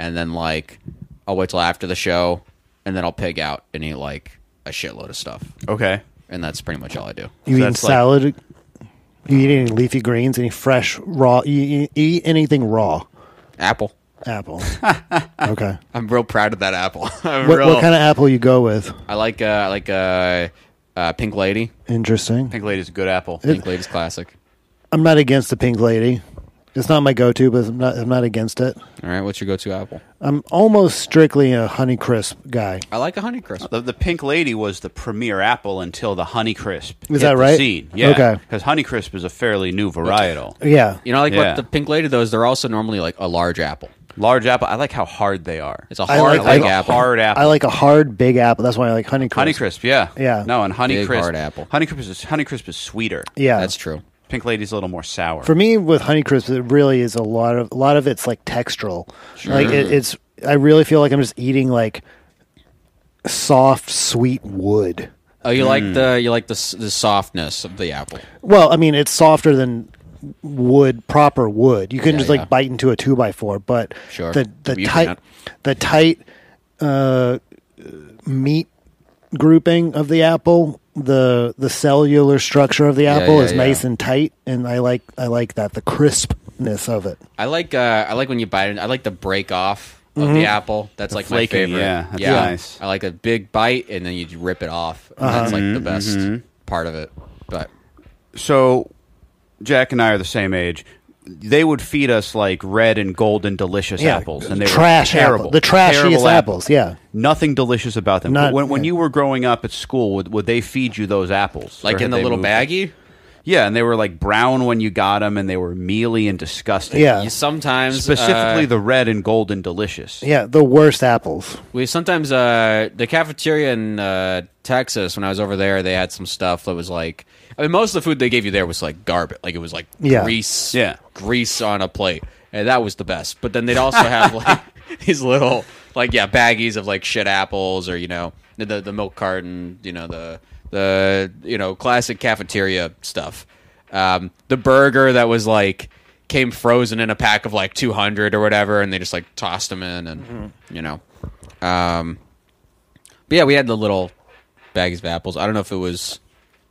C: and then like I'll wait till after the show, and then I'll pig out and eat like a shitload of stuff,
B: Okay.
C: and that's pretty much all I do.
A: you
B: So
A: eating
B: that's like-
A: salad you eat any leafy greens any fresh raw you, you eat anything raw
C: Apple.
A: apple okay
C: I'm real proud of that apple. I'm
A: what,
C: real,
A: what kind of apple you go with
C: I like uh, I like uh, uh, Pink Lady.
A: interesting
B: Pink Lady's a good apple.
C: Pink Lady's classic.
A: I'm not against the Pink Lady. It's not my go-to, but I'm not. I'm not against it.
C: All right, what's your go-to apple?
A: I'm almost strictly a Honeycrisp guy.
C: I like a Honeycrisp.
B: The, the Pink Lady was the premier apple until the Honeycrisp. Is
A: that right?
B: Scene. Yeah.
A: Okay.
B: Because Honeycrisp is a fairly new varietal.
A: Yeah,
C: You know, like
B: Yeah.
C: what the Pink Lady though is they're also normally like a large apple.
B: Large apple. I like how hard they are.
C: It's a
A: I like-
C: hard, big
A: I like-
C: apple.
B: hard apple.
A: I like a hard big apple. That's why I like Honeycrisp.
B: Honeycrisp, yeah,
A: Yeah.
B: No, and Honeycrisp,
C: Big, hard apple.
B: Honeycrisp is Honeycrisp is sweeter.
A: Yeah,
C: That's true.
B: Pink Lady's a little more sour.
A: For me, with Honeycrisp, it really is a lot of a lot of it's like textural. Like it, it's, I really feel like I'm just eating like soft, sweet wood.
C: Oh, you
B: Hmm.
C: like the you like the s- the softness of the apple.
A: Well, I mean, it's softer than wood, proper wood. You can
C: Yeah,
A: just
C: yeah.
A: like bite into a two by four, but
C: Sure.
A: the the
C: You
A: tight,
C: cannot.
A: the tight uh, meat grouping of the apple, the the cellular structure of the apple
C: yeah,
A: is
C: yeah.
A: nice and tight, and I like I like that the crispness of it.
C: I like uh, I like when you bite it. I like the break off of
A: Mm-hmm.
C: the apple. That's like
B: flaking,
C: my favorite.
B: yeah, that's nice. Mm-hmm,
C: I like a big bite and then you rip it off. And That's like the best part of it. But
B: so Jack and I are the same age. They would feed us like red and golden delicious apples, and they
A: trash
B: were terrible.
A: apple, the trashiest
B: Terrible
A: apples.
B: apple.
A: Yeah,
B: Nothing delicious about them.
A: Not-
B: when when
A: yeah.
B: you were growing up at school, would, would they feed you those apples? Or
C: like in
B: had
C: the
B: they
C: little
B: moved-
C: baggie,
B: Yeah, and they were like brown when you got them, and they were mealy and disgusting.
A: Yeah.
C: you sometimes
B: specifically
C: uh,
B: the red and golden delicious.
A: yeah, the worst apples.
C: We sometimes uh, the cafeteria in uh, Texas when I was over there, they had some stuff that was like. I mean, most of the food they gave you there was like garbage. Like it was like
A: Yeah.
C: grease,
B: Yeah.
C: grease on a plate, and that was the best. But then they'd also have like these little like yeah, baggies of like shit apples or you know the the milk carton, you know the the you know classic cafeteria stuff. Um, the burger that was like came frozen in a pack of like 200 or whatever and they just like tossed them in and
B: Mm-hmm.
C: you know um but yeah we had the little baggies of apples i don't know if it was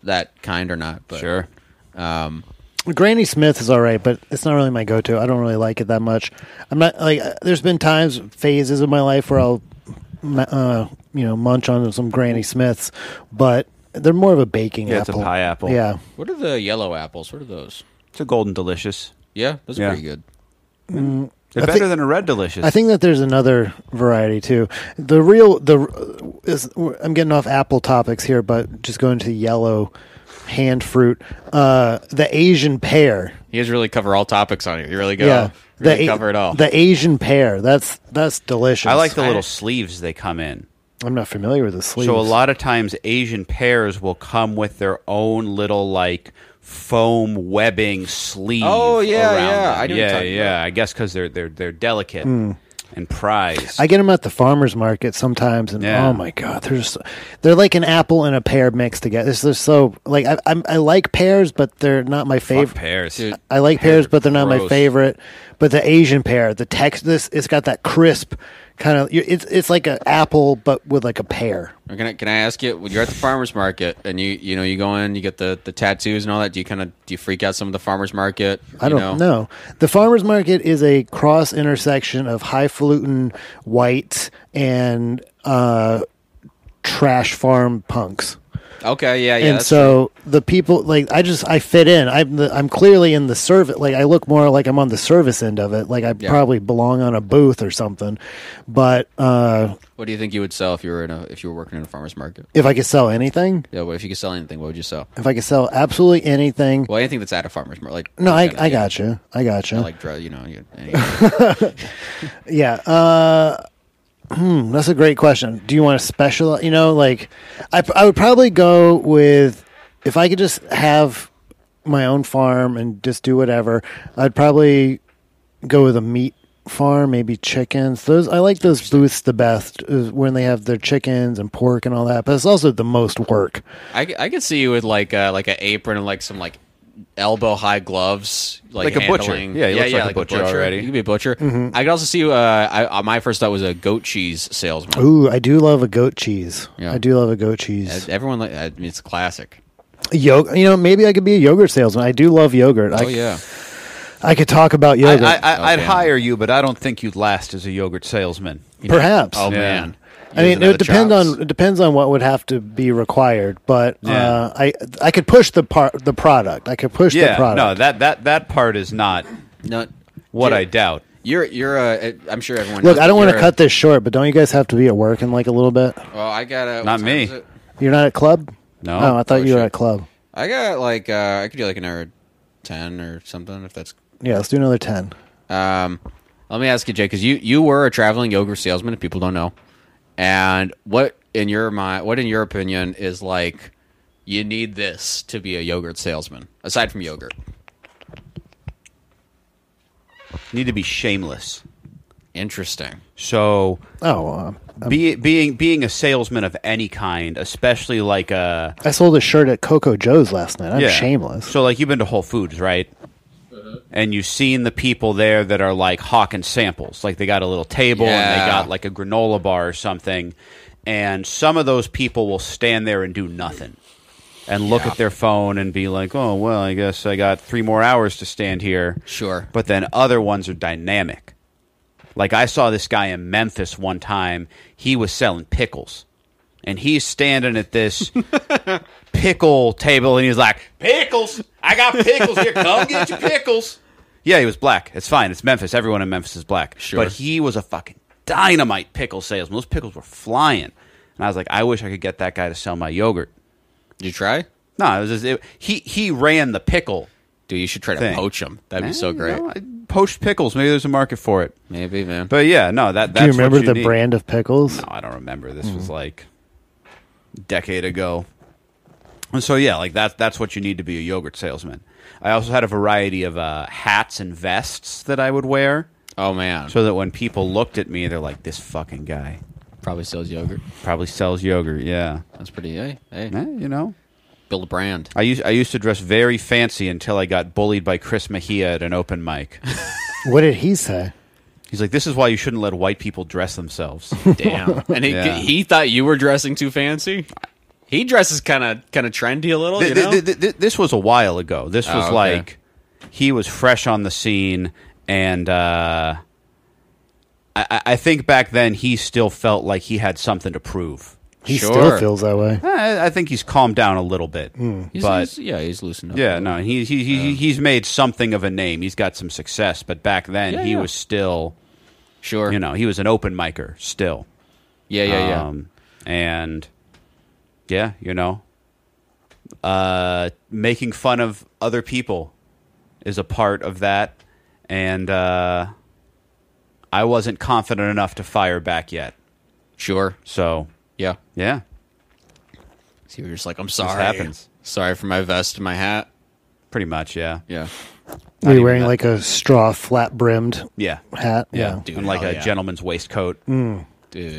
C: that kind or not but
B: Sure.
C: um
A: Granny Smith is all right, but it's not really my go-to. I don't really like it that much. I'm not like uh, there's been times phases of my life where I'll ma- uh, you know munch on some Granny Smiths, but they're more of a baking
B: Yeah, it's a
A: apple.
B: pie apple.
A: Yeah.
C: what are the yellow apples what are those
B: It's a golden delicious.
C: yeah those are
B: Yeah.
C: pretty good
B: They're
A: I
B: better
A: think-
B: than a red delicious.
A: I think that there's another variety too. The real the is I'm getting off apple topics here, but just going to yellow hand fruit. Uh, the Asian pear.
C: you guys really cover all topics on here you really go
A: Yeah,
C: really
A: the, A-
C: cover it all
A: The Asian pear. That's that's delicious.
B: I like the
C: I-
B: little sleeves they come in.
A: I'm not familiar with the sleeves.
B: So a lot of times Asian pears will come with their own little like foam webbing sleeve.
C: Oh,
B: around
C: yeah, yeah.
B: them.
C: I know what you're
B: yeah,
C: talking
B: yeah. I guess because they're they're they're delicate
A: Hmm.
B: and prized.
A: I get them at the farmers market sometimes, and
B: Yeah.
A: oh my god, they're just, they're like an apple and a pear mixed together. It's just so like I I'm, I like pears, but they're not my
B: Fuck
A: favorite.
B: pears.
C: Dude.
A: I like pears, but they're not my
B: Gross.
A: favorite. But the Asian pear, the text, this it's got that crisp kind of. It's it's like an apple, but with like a pear.
C: Can I, can I ask you? When you're at the farmers market and you you know you go in, you get the, the tattoos and all that. Do you kind of do you freak out some of the farmers market?
A: I
C: you
A: don't know. The farmers market is a cross intersection of highfalutin whites and uh, trash farm punks.
C: Okay, yeah, yeah.
A: and
C: that's
A: so the people like I just I fit in. I'm the, I'm clearly in the service. Like I look more like I'm on the service end of it. Like I
C: Yeah.
A: probably belong on a booth or something. But uh,
C: true. what do you think you would sell if you were in a if you were working in a farmers market?
A: if I could sell anything,
C: Yeah, what if you could sell anything? What would you sell?
A: if I could sell absolutely anything,
C: Well, anything that's at a farmers market. Like
A: no, I
C: kinda,
A: I
C: yeah,
A: got you. I got you.
C: like drug, you know. You, any-
A: Yeah. Uh, hmm, that's a great question. Do you want to special? You know, like I, I would probably go with if I could just have my own farm and just do whatever. I'd probably go with a meat farm, maybe chickens. Those I like those booths the best is when they have their chickens and pork and all that. But it's also the most work.
C: I c- I could see you with like uh, like an apron and like some like elbow high gloves, like,
B: Like a butcher.
C: handling-
B: Yeah, he looks like a butcher already. Mm-hmm.
C: You could be a butcher. I could also see you. Uh, I, uh, my first thought was a goat cheese salesman.
A: Ooh, I do love a goat cheese.
C: Yeah.
A: I do love a goat cheese.
C: Everyone, like, I mean, it's classic.
A: Yo- you know, maybe I could be a yogurt salesman. I do love yogurt. I,
C: Oh yeah.
A: I could talk about
B: I,
A: yogurt.
B: I, I, I'd
C: Okay.
B: hire you, but I don't think you'd last as a yogurt salesman.
A: Perhaps.
C: Oh
B: Yeah.
C: man.
A: I mean, it would depend on it depends on what would have to be required, but
B: Yeah.
A: uh, I I could push the part the product. I could push the
B: Yeah,
A: product.
B: no, that, that that part is not
C: No,
B: what
C: you're,
B: I doubt.
C: You're you're uh, I'm sure everyone.
A: Look, I don't want to cut this short, but don't you guys have to be at work in like a little bit?
C: Well, oh, I got a.
B: Not me.
A: You're not at club.
B: No.
A: oh, I thought
C: Oh,
A: you were
C: shit.
A: at club.
C: I got like uh, I could do like an hour ten or something if that's.
A: Yeah, let's do another ten.
C: Um, let me ask you, Jay, because you you were a traveling yogurt salesman. If people don't know, and what in your mind, what in your opinion is like, you need this to be a yogurt salesman aside from yogurt.
B: Need to be shameless.
C: Interesting.
B: So
A: Oh, um,
B: be, being being a salesman of any kind, especially like a
A: I sold a shirt at Coco Joe's last night. I'm shameless.
B: So like you've been to Whole Foods, right?
C: Uh-huh.
B: And you've seen the people there that are like hawking samples. Like they got a little table and
C: Yeah.
B: they got like a granola bar or something. And some of those people will stand there and do nothing and look
C: Yeah.
B: at their phone and be like, oh, well, I guess I got three more hours to stand here.
C: Sure.
B: But then other ones are dynamic. Like I saw this guy in Memphis one time. He was selling pickles, and he's standing at this pickle table, and he's like, "Pickles! I got pickles here. Come get your pickles." Yeah, he was black. It's fine. It's Memphis. Everyone in Memphis is black.
C: Sure.
B: But he was a fucking dynamite pickle salesman. Those pickles were flying, and I was like, I wish I could get that guy to sell my yogurt.
C: Did you try?
B: No, it was just, it, he he ran the pickle.
C: Dude, you should try to
B: Thing.
C: poach them. That'd be
B: Eh,
C: so
B: you
C: great.
B: know, I- poached pickles. Maybe there's a market for it.
C: Maybe, man.
B: But yeah, no, that that's
A: do you remember
B: what
A: the
B: need.
A: brand of pickles?
B: No, I don't remember. This was like a decade ago. And so yeah, like that's that's what you need to be a yogurt salesman. I also had a variety of uh, hats and vests that I would wear.
C: Oh man,
B: so that when people looked at me, they're like, "This fucking guy
C: probably sells yogurt.
B: probably sells yogurt." Yeah,
C: That's pretty. Hey, hey,
B: Eh, you know.
C: build a brand.
B: I used I used to dress very fancy until I got bullied by Chris Mejia at an open mic.
A: What did he say?
B: He's like, "This is why you shouldn't let white people dress themselves."
C: Damn. And he,
B: Yeah.
C: he thought you were dressing too fancy. He dresses kind of kind of trendy a little.
B: Th-
C: you
B: th-
C: know? Ah,
B: th- th- this was a while ago. This was
C: okay.
B: like he was fresh on the scene, and uh, I-, I I think back then he still felt like he had something to prove.
A: He
C: Sure.
A: still feels that way.
B: I, I think he's calmed down a little bit,
C: Hmm. He's-
B: but
C: he's- yeah, he's loosened up.
B: yeah, no, he, he, he he's made something of a name. He's got some success, but back then
C: Yeah,
B: he
C: yeah.
B: was still,
C: sure.
B: you know, he was an open micer still.
C: yeah, yeah, yeah.
B: Um, and yeah, you know, uh, making fun of other people is a part of that. And uh, I wasn't confident enough to fire back yet.
C: sure.
B: So
C: Yeah.
B: yeah,
C: So you're just like, I'm sorry.
B: happens.
C: Sorry for my vest and my hat.
B: pretty much. Yeah,
C: Yeah.
A: Were
B: even
A: you wearing
B: that.
A: like a straw flat brimmed
B: yeah,
A: hat?
B: yeah.
C: Dude,
B: and like
C: hell
B: a
C: yeah.
B: gentleman's waistcoat
C: Dude,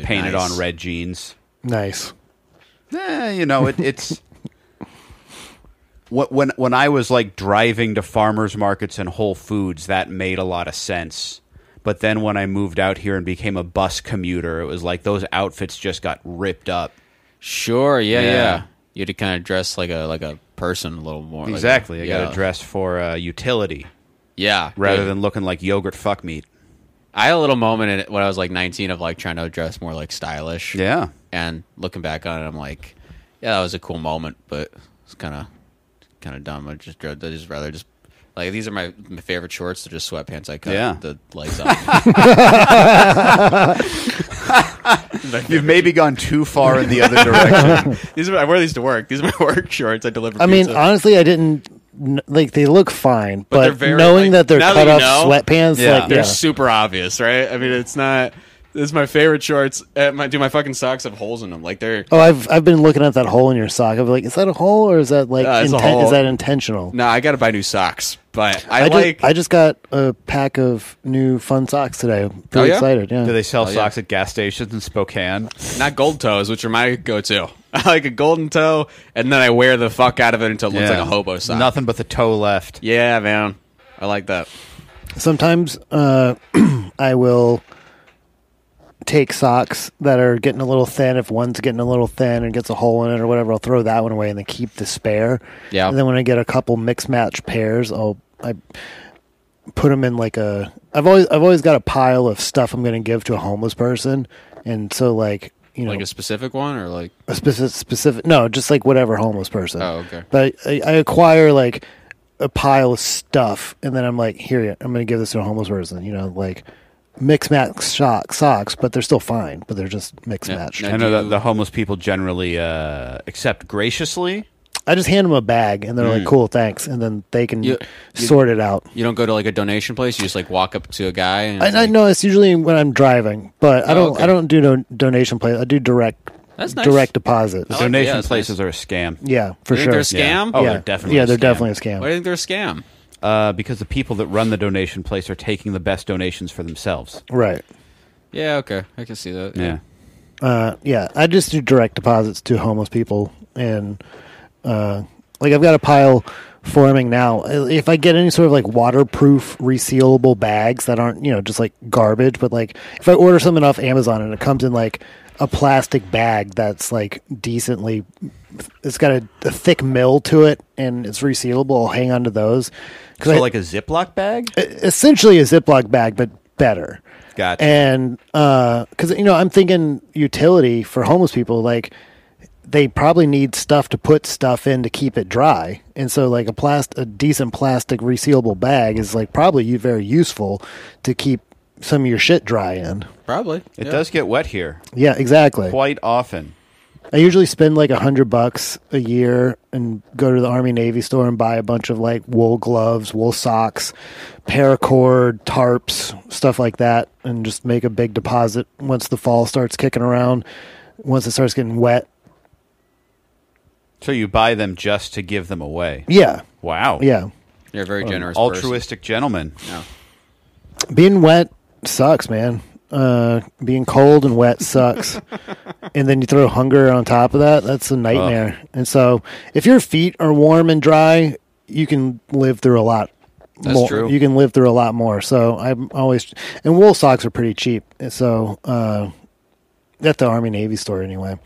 B: painted
C: nice.
B: on red jeans.
A: Nice.
B: Eh, you know, it, it's what when when I was like driving to farmers markets and Whole Foods, that made a lot of sense. But then when I moved out here and became a bus commuter, it was like those outfits just got ripped up.
C: Sure. Yeah, yeah.
B: Yeah.
C: You had to kind of dress like a like a person a little more. like a-
B: Exactly, I got
C: yeah.
B: to dress for uh, utility
C: Yeah.
B: rather
C: dude.
B: than looking like yogurt fuck meat.
C: I had a little moment in it when I was like 19 of like trying to dress more like stylish.
B: Yeah,
C: And looking back on it, I'm like, yeah, that was a cool moment, but it's kind of kind of dumb. I just I just rather just like these are my, my favorite shorts. They're just sweatpants. I cut
B: Yeah.
C: the legs off.
B: you've maybe gone too far in the other direction.
C: these are I wear these to work. These are my work shorts. I deliver.
A: I mean,
C: pizza.
A: honestly, I didn't kn- like. They look fine, but,
C: they're very,
A: knowing that
C: like,
A: they're
C: now that
A: cut
C: you
A: off
C: know,
A: sweatpants,
B: yeah.
A: like
C: they're
A: yeah.
C: super obvious, right? I mean, it's not. This is my favorite shorts. Uh, my, dude, my fucking socks have holes in them. Like they're
A: Oh, I've I've been looking at that hole in your sock. I'm like, is that a hole or is that like
C: Uh, it's a
A: inten-
C: hole.
A: is that intentional?
C: no. I got to buy new socks, but
A: I
C: I,
A: just,
C: like.
A: I just got a pack of new fun socks today. I'm
C: Oh,
A: Pretty
C: yeah?
A: excited. Yeah.
B: Do they sell
C: yeah.
B: socks at gas stations in Spokane?
C: not gold toes, which are my go-to. I like a golden toe, and then I wear the fuck out of it until it looks like a hobo sock.
B: Nothing but the toe left.
C: Yeah, man, I like that.
A: Sometimes uh, I will take socks that are getting a little thin. If one's getting a little thin and gets a hole in it or whatever, I'll throw that one away and then keep the spare.
C: Yeah.
A: And then when I get a couple mix match pairs, I'll I put them in like a. I've always I've always got a pile of stuff I'm going to give to a homeless person, and so like you know
C: Like a specific one, or like
A: a specific specific no just like whatever homeless person
C: Oh, okay.
A: but I, I acquire like a pile of stuff and then i'm like here i'm gonna give this to a homeless person you know like mix match shock socks but they're still fine but they're just mix matched
C: no.
B: I know
C: do-
B: that the homeless people generally uh, accept graciously.
A: i just hand them a bag and they're like cool thanks and then they can
C: Mm. You-
A: sort it out
C: you don't go to like a donation place. You just like walk up to a guy. And
A: I, I know it's usually when i'm driving but i
C: Oh,
A: don't
C: okay.
A: i don't do no donation play i do direct
C: That's nice.
A: direct deposit
C: I like- yeah,
B: Donation
C: that's
B: places are a scam.
A: yeah for
C: You think
A: sure
C: they're a scam?
A: yeah.
B: Oh,
A: yeah.
B: they're definitely
A: yeah
B: a
A: they're
B: scam.
A: definitely a scam
C: Why do you think they're a scam?
B: Uh, because the people that run the donation place are taking the best donations for themselves.
A: right
C: Yeah, okay, I can see that.
B: Yeah.
A: Uh, yeah, I just do direct deposits to homeless people, and uh, like I've got a pile forming now. If I get any sort of like waterproof, resealable bags that aren't you know just like garbage, but like if I order something off Amazon and it comes in like a plastic bag that's like decently, it's got a, a thick mill to it and it's resealable, I'll hang on to those. Cause
B: So
A: I-
B: like a Ziploc bag?
A: essentially a Ziploc bag, but better.
B: Gotcha.
A: And because you know, I'm thinking utility for homeless people, like they probably need stuff to put stuff in to keep it dry, and so like a plast, a decent plastic resealable bag is like probably u- very useful to keep some of your shit dry in.
C: probably.
B: It does get wet here
A: Yeah, exactly.
B: quite often.
A: I usually spend like a hundred bucks a year and go to the Army Navy store and buy a bunch of like wool gloves, wool socks, paracord, tarps, stuff like that, and just make a big deposit once the fall starts kicking around, once it starts getting wet.
B: So you buy them just to give them away.
A: Yeah.
B: Wow.
A: Yeah.
C: You're a very generous, person.
B: Altruistic gentleman.
A: Being wet sucks, man. Uh, being cold and wet sucks, and then you throw hunger on top of that—that's a nightmare. And so, if your feet are warm and dry, you can live through a lot.
C: That's
A: more.
C: true.
A: You can live through a lot more. So I'm always and wool socks are pretty cheap. And So uh, at the Army Navy store anyway.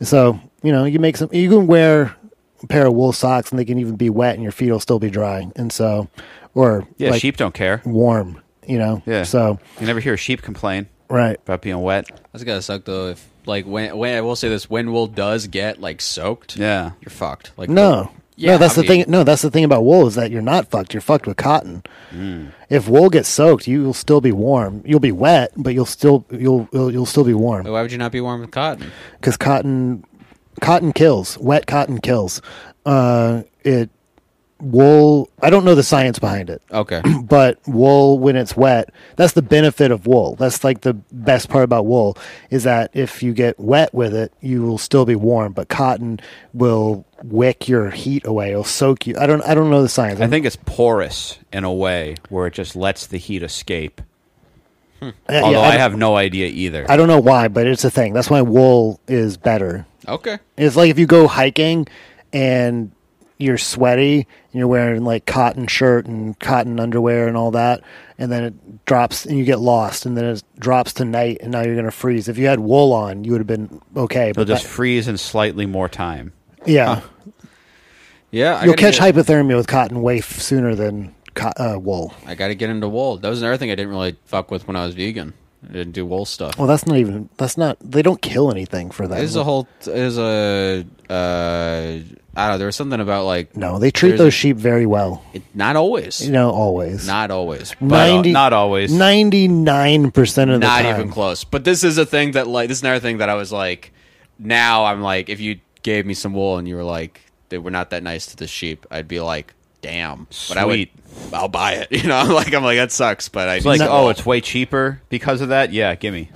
A: So you know you make some. You can wear a pair of wool socks and they can even be wet and your feet will still be dry. And so, or
B: Yeah,
A: like
B: sheep don't care.
A: warm. You know.
B: Yeah.
A: So
B: You never hear a sheep complain
A: right.
B: about being wet.
C: That's gotta suck though. If like when when I will say this, when wool does get like soaked,
B: Yeah.
C: you're fucked. Like
A: No.
C: Yeah,
A: no, that's
C: I
A: the thing.
C: mean-
A: No, that's the thing about wool is that you're not fucked. You're fucked with cotton.
C: Mm.
A: If wool gets soaked, you'll still be warm. You'll be wet, but you'll still you'll you'll, you'll still be warm.
C: why would you not be warm with cotton?
A: because cotton cotton kills wet cotton kills uh it wool i don't know the science behind it
C: Okay.
A: but wool when it's wet that's the benefit of wool that's like the best part about wool is that if you get wet with it you will still be warm but cotton will wick your heat away it'll soak you i don't i don't know the science
B: I think it's porous in a way where it just lets the heat escape.
A: I- yeah,
B: Although
A: I,
B: I
A: don't-
B: have no idea either.
A: I don't know why but it's a thing that's why wool is better
C: okay.
A: It's like if you go hiking and you're sweaty and you're wearing like cotton shirt and cotton underwear and all that, and then it drops and you get lost, and then it drops to night, and now you're gonna freeze. If you had wool on, you would have been okay.
B: It'll
A: But
B: just
A: that-
B: freeze in slightly more time.
A: yeah,
C: Yeah, I
A: you'll
C: gotta
A: catch
C: get-
A: hypothermia with cotton way f- sooner than co- uh, wool.
C: I gotta get into wool. That was another thing I didn't really fuck with when I was vegan. I didn't do wool stuff.
A: Well, that's not even. That's not. They don't kill anything for that.
C: There's a whole. There's a. Uh, I don't know. There was something about like.
A: no, they treat
C: there's-
A: those sheep very well.
C: It, not always.
A: You know, always.
C: Not always. But uh,
B: Not al- not always.
A: Ninety-nine percent of the
C: not
A: time.
C: even close. But this is a thing that like this is another thing that I was like. Now I'm like, if you gave me some wool and you were like, they were not that nice to the sheep, I'd be like, damn. But I would.
B: Sweet.
C: I'll buy it. You know, I'm like, I'm like, that sucks. But I
B: It's like,
C: need some
B: oh,
C: wool.
B: it's way cheaper because of that? Yeah, gimme.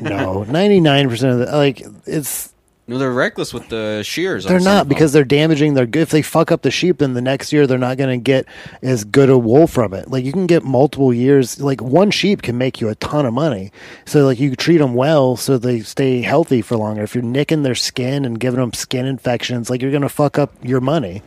A: no, ninety-nine percent of the like. It's
C: No, they're reckless with the shears. on
A: They're
C: some of
A: not
C: them.
A: because they're damaging their. If they fuck up the sheep, then the next year they're not going to get as good a wool from it. Like you can get multiple years. Like one sheep can make you a ton of money. So like you treat them well, so they stay healthy for longer. If you're nicking their skin and giving them skin infections, like you're going to fuck up your money.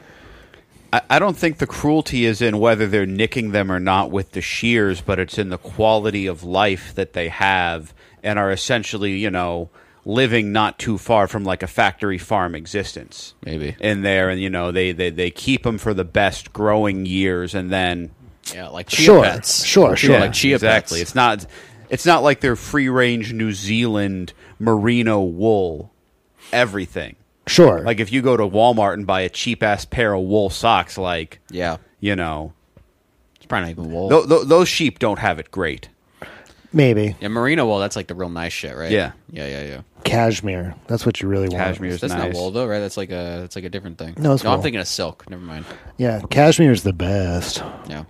B: I, I don't think the cruelty is in whether they're nicking them or not with the shears, but it's in the quality of life that they have and are essentially, you know, living not too far from like a factory farm existence.
C: Maybe.
B: In there, and, you know, they, they, they keep them for the best growing years and then.
C: Yeah, like chia
A: Sure,
C: pets.
A: sure,
C: Treat 'em
A: sure.
C: Like chia
B: exactly.
C: pets.
B: It's not. It's not like they're free range New Zealand merino wool, everything.
A: Sure,
B: Like if you go to Walmart and buy a cheap ass pair of wool socks, like
C: Yeah,
B: you know,
C: it's probably not even wool.
B: th- th- those sheep don't have it great.
A: maybe
C: Yeah, merino wool. That's like the real nice shit, right?
B: Yeah.
C: yeah, yeah, yeah.
A: cashmere. That's what you really want.
B: Cashmere's
C: That's not
B: nice.
C: wool though, right? That's like a that's like a different thing.
A: No, it's
C: I'm
A: wool.
C: thinking of silk. Never mind.
A: Yeah, cashmere's the best.
C: Yeah,
A: I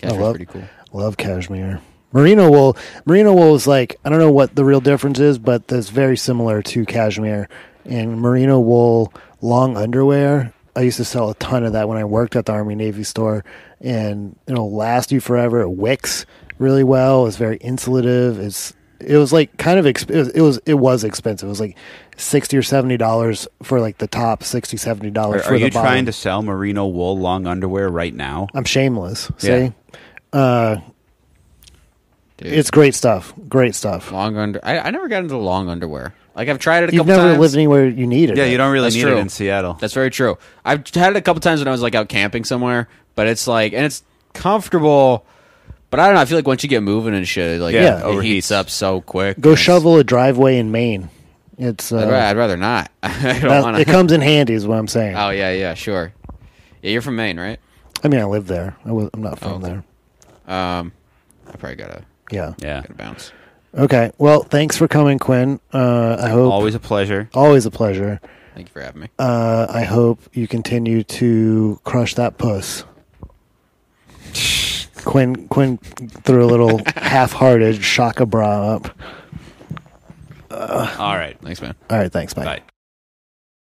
C: cashmere's
A: love,
C: pretty cool.
A: Love cashmere. Merino wool. Merino wool is like I don't know what the real difference is, but that's very similar to cashmere and merino wool long underwear. I used to sell a ton of that when I worked at the Army Navy store, and it'll last you forever. It wicks really well. It's very insulative. It's it was like kind of exp- it, was, it was it was expensive. It was like sixty or seventy dollars for like the top, 60 seventy
B: Are,
A: dollars for
B: are
A: the
B: you
A: bottom.
B: trying to sell merino wool long underwear right now?
C: Uh,
A: I'm shameless. See, Uh,
B: Yeah.
C: Dude.
A: it's great stuff. Great stuff.
C: long under. I, I never got into long underwear. Like I've tried it a
A: You've
C: couple
A: never
C: times.
A: lived anywhere you needed.
B: Yeah,
A: it.
B: you don't really
C: That's
B: need
C: true.
B: it in Seattle.
C: That's very true. I've had it a couple times when I was like out camping somewhere, but it's like and it's comfortable. But I don't know. I feel like once you get moving and shit, like
B: Yeah,
C: it
B: overheats.
C: heats up so quick.
A: Go
C: It's-
A: shovel a driveway in Maine. It's
C: I'd, ra-
A: uh,
C: I'd rather not. I don't
A: that-
C: want
A: it
C: to.
A: comes in handy, is what I'm saying.
C: Oh yeah, yeah, sure. Yeah, you're from Maine, right?
A: I mean, I live there. I was, I'm not from
C: Oh, okay.
A: there.
C: Um, I probably gotta
A: Yeah.
B: yeah,
C: gotta bounce.
A: Okay. Well, thanks for coming, Quinn. Uh, I hope always,
B: always a pleasure.
A: a pleasure.
C: Thank you for having me.
A: Uh, I hope you continue to crush that puss. Quinn Quinn threw a little half-hearted shaka bra up. Uh,
B: All right,
C: Thanks, man.
A: All right. Thanks. Bye.
B: bye.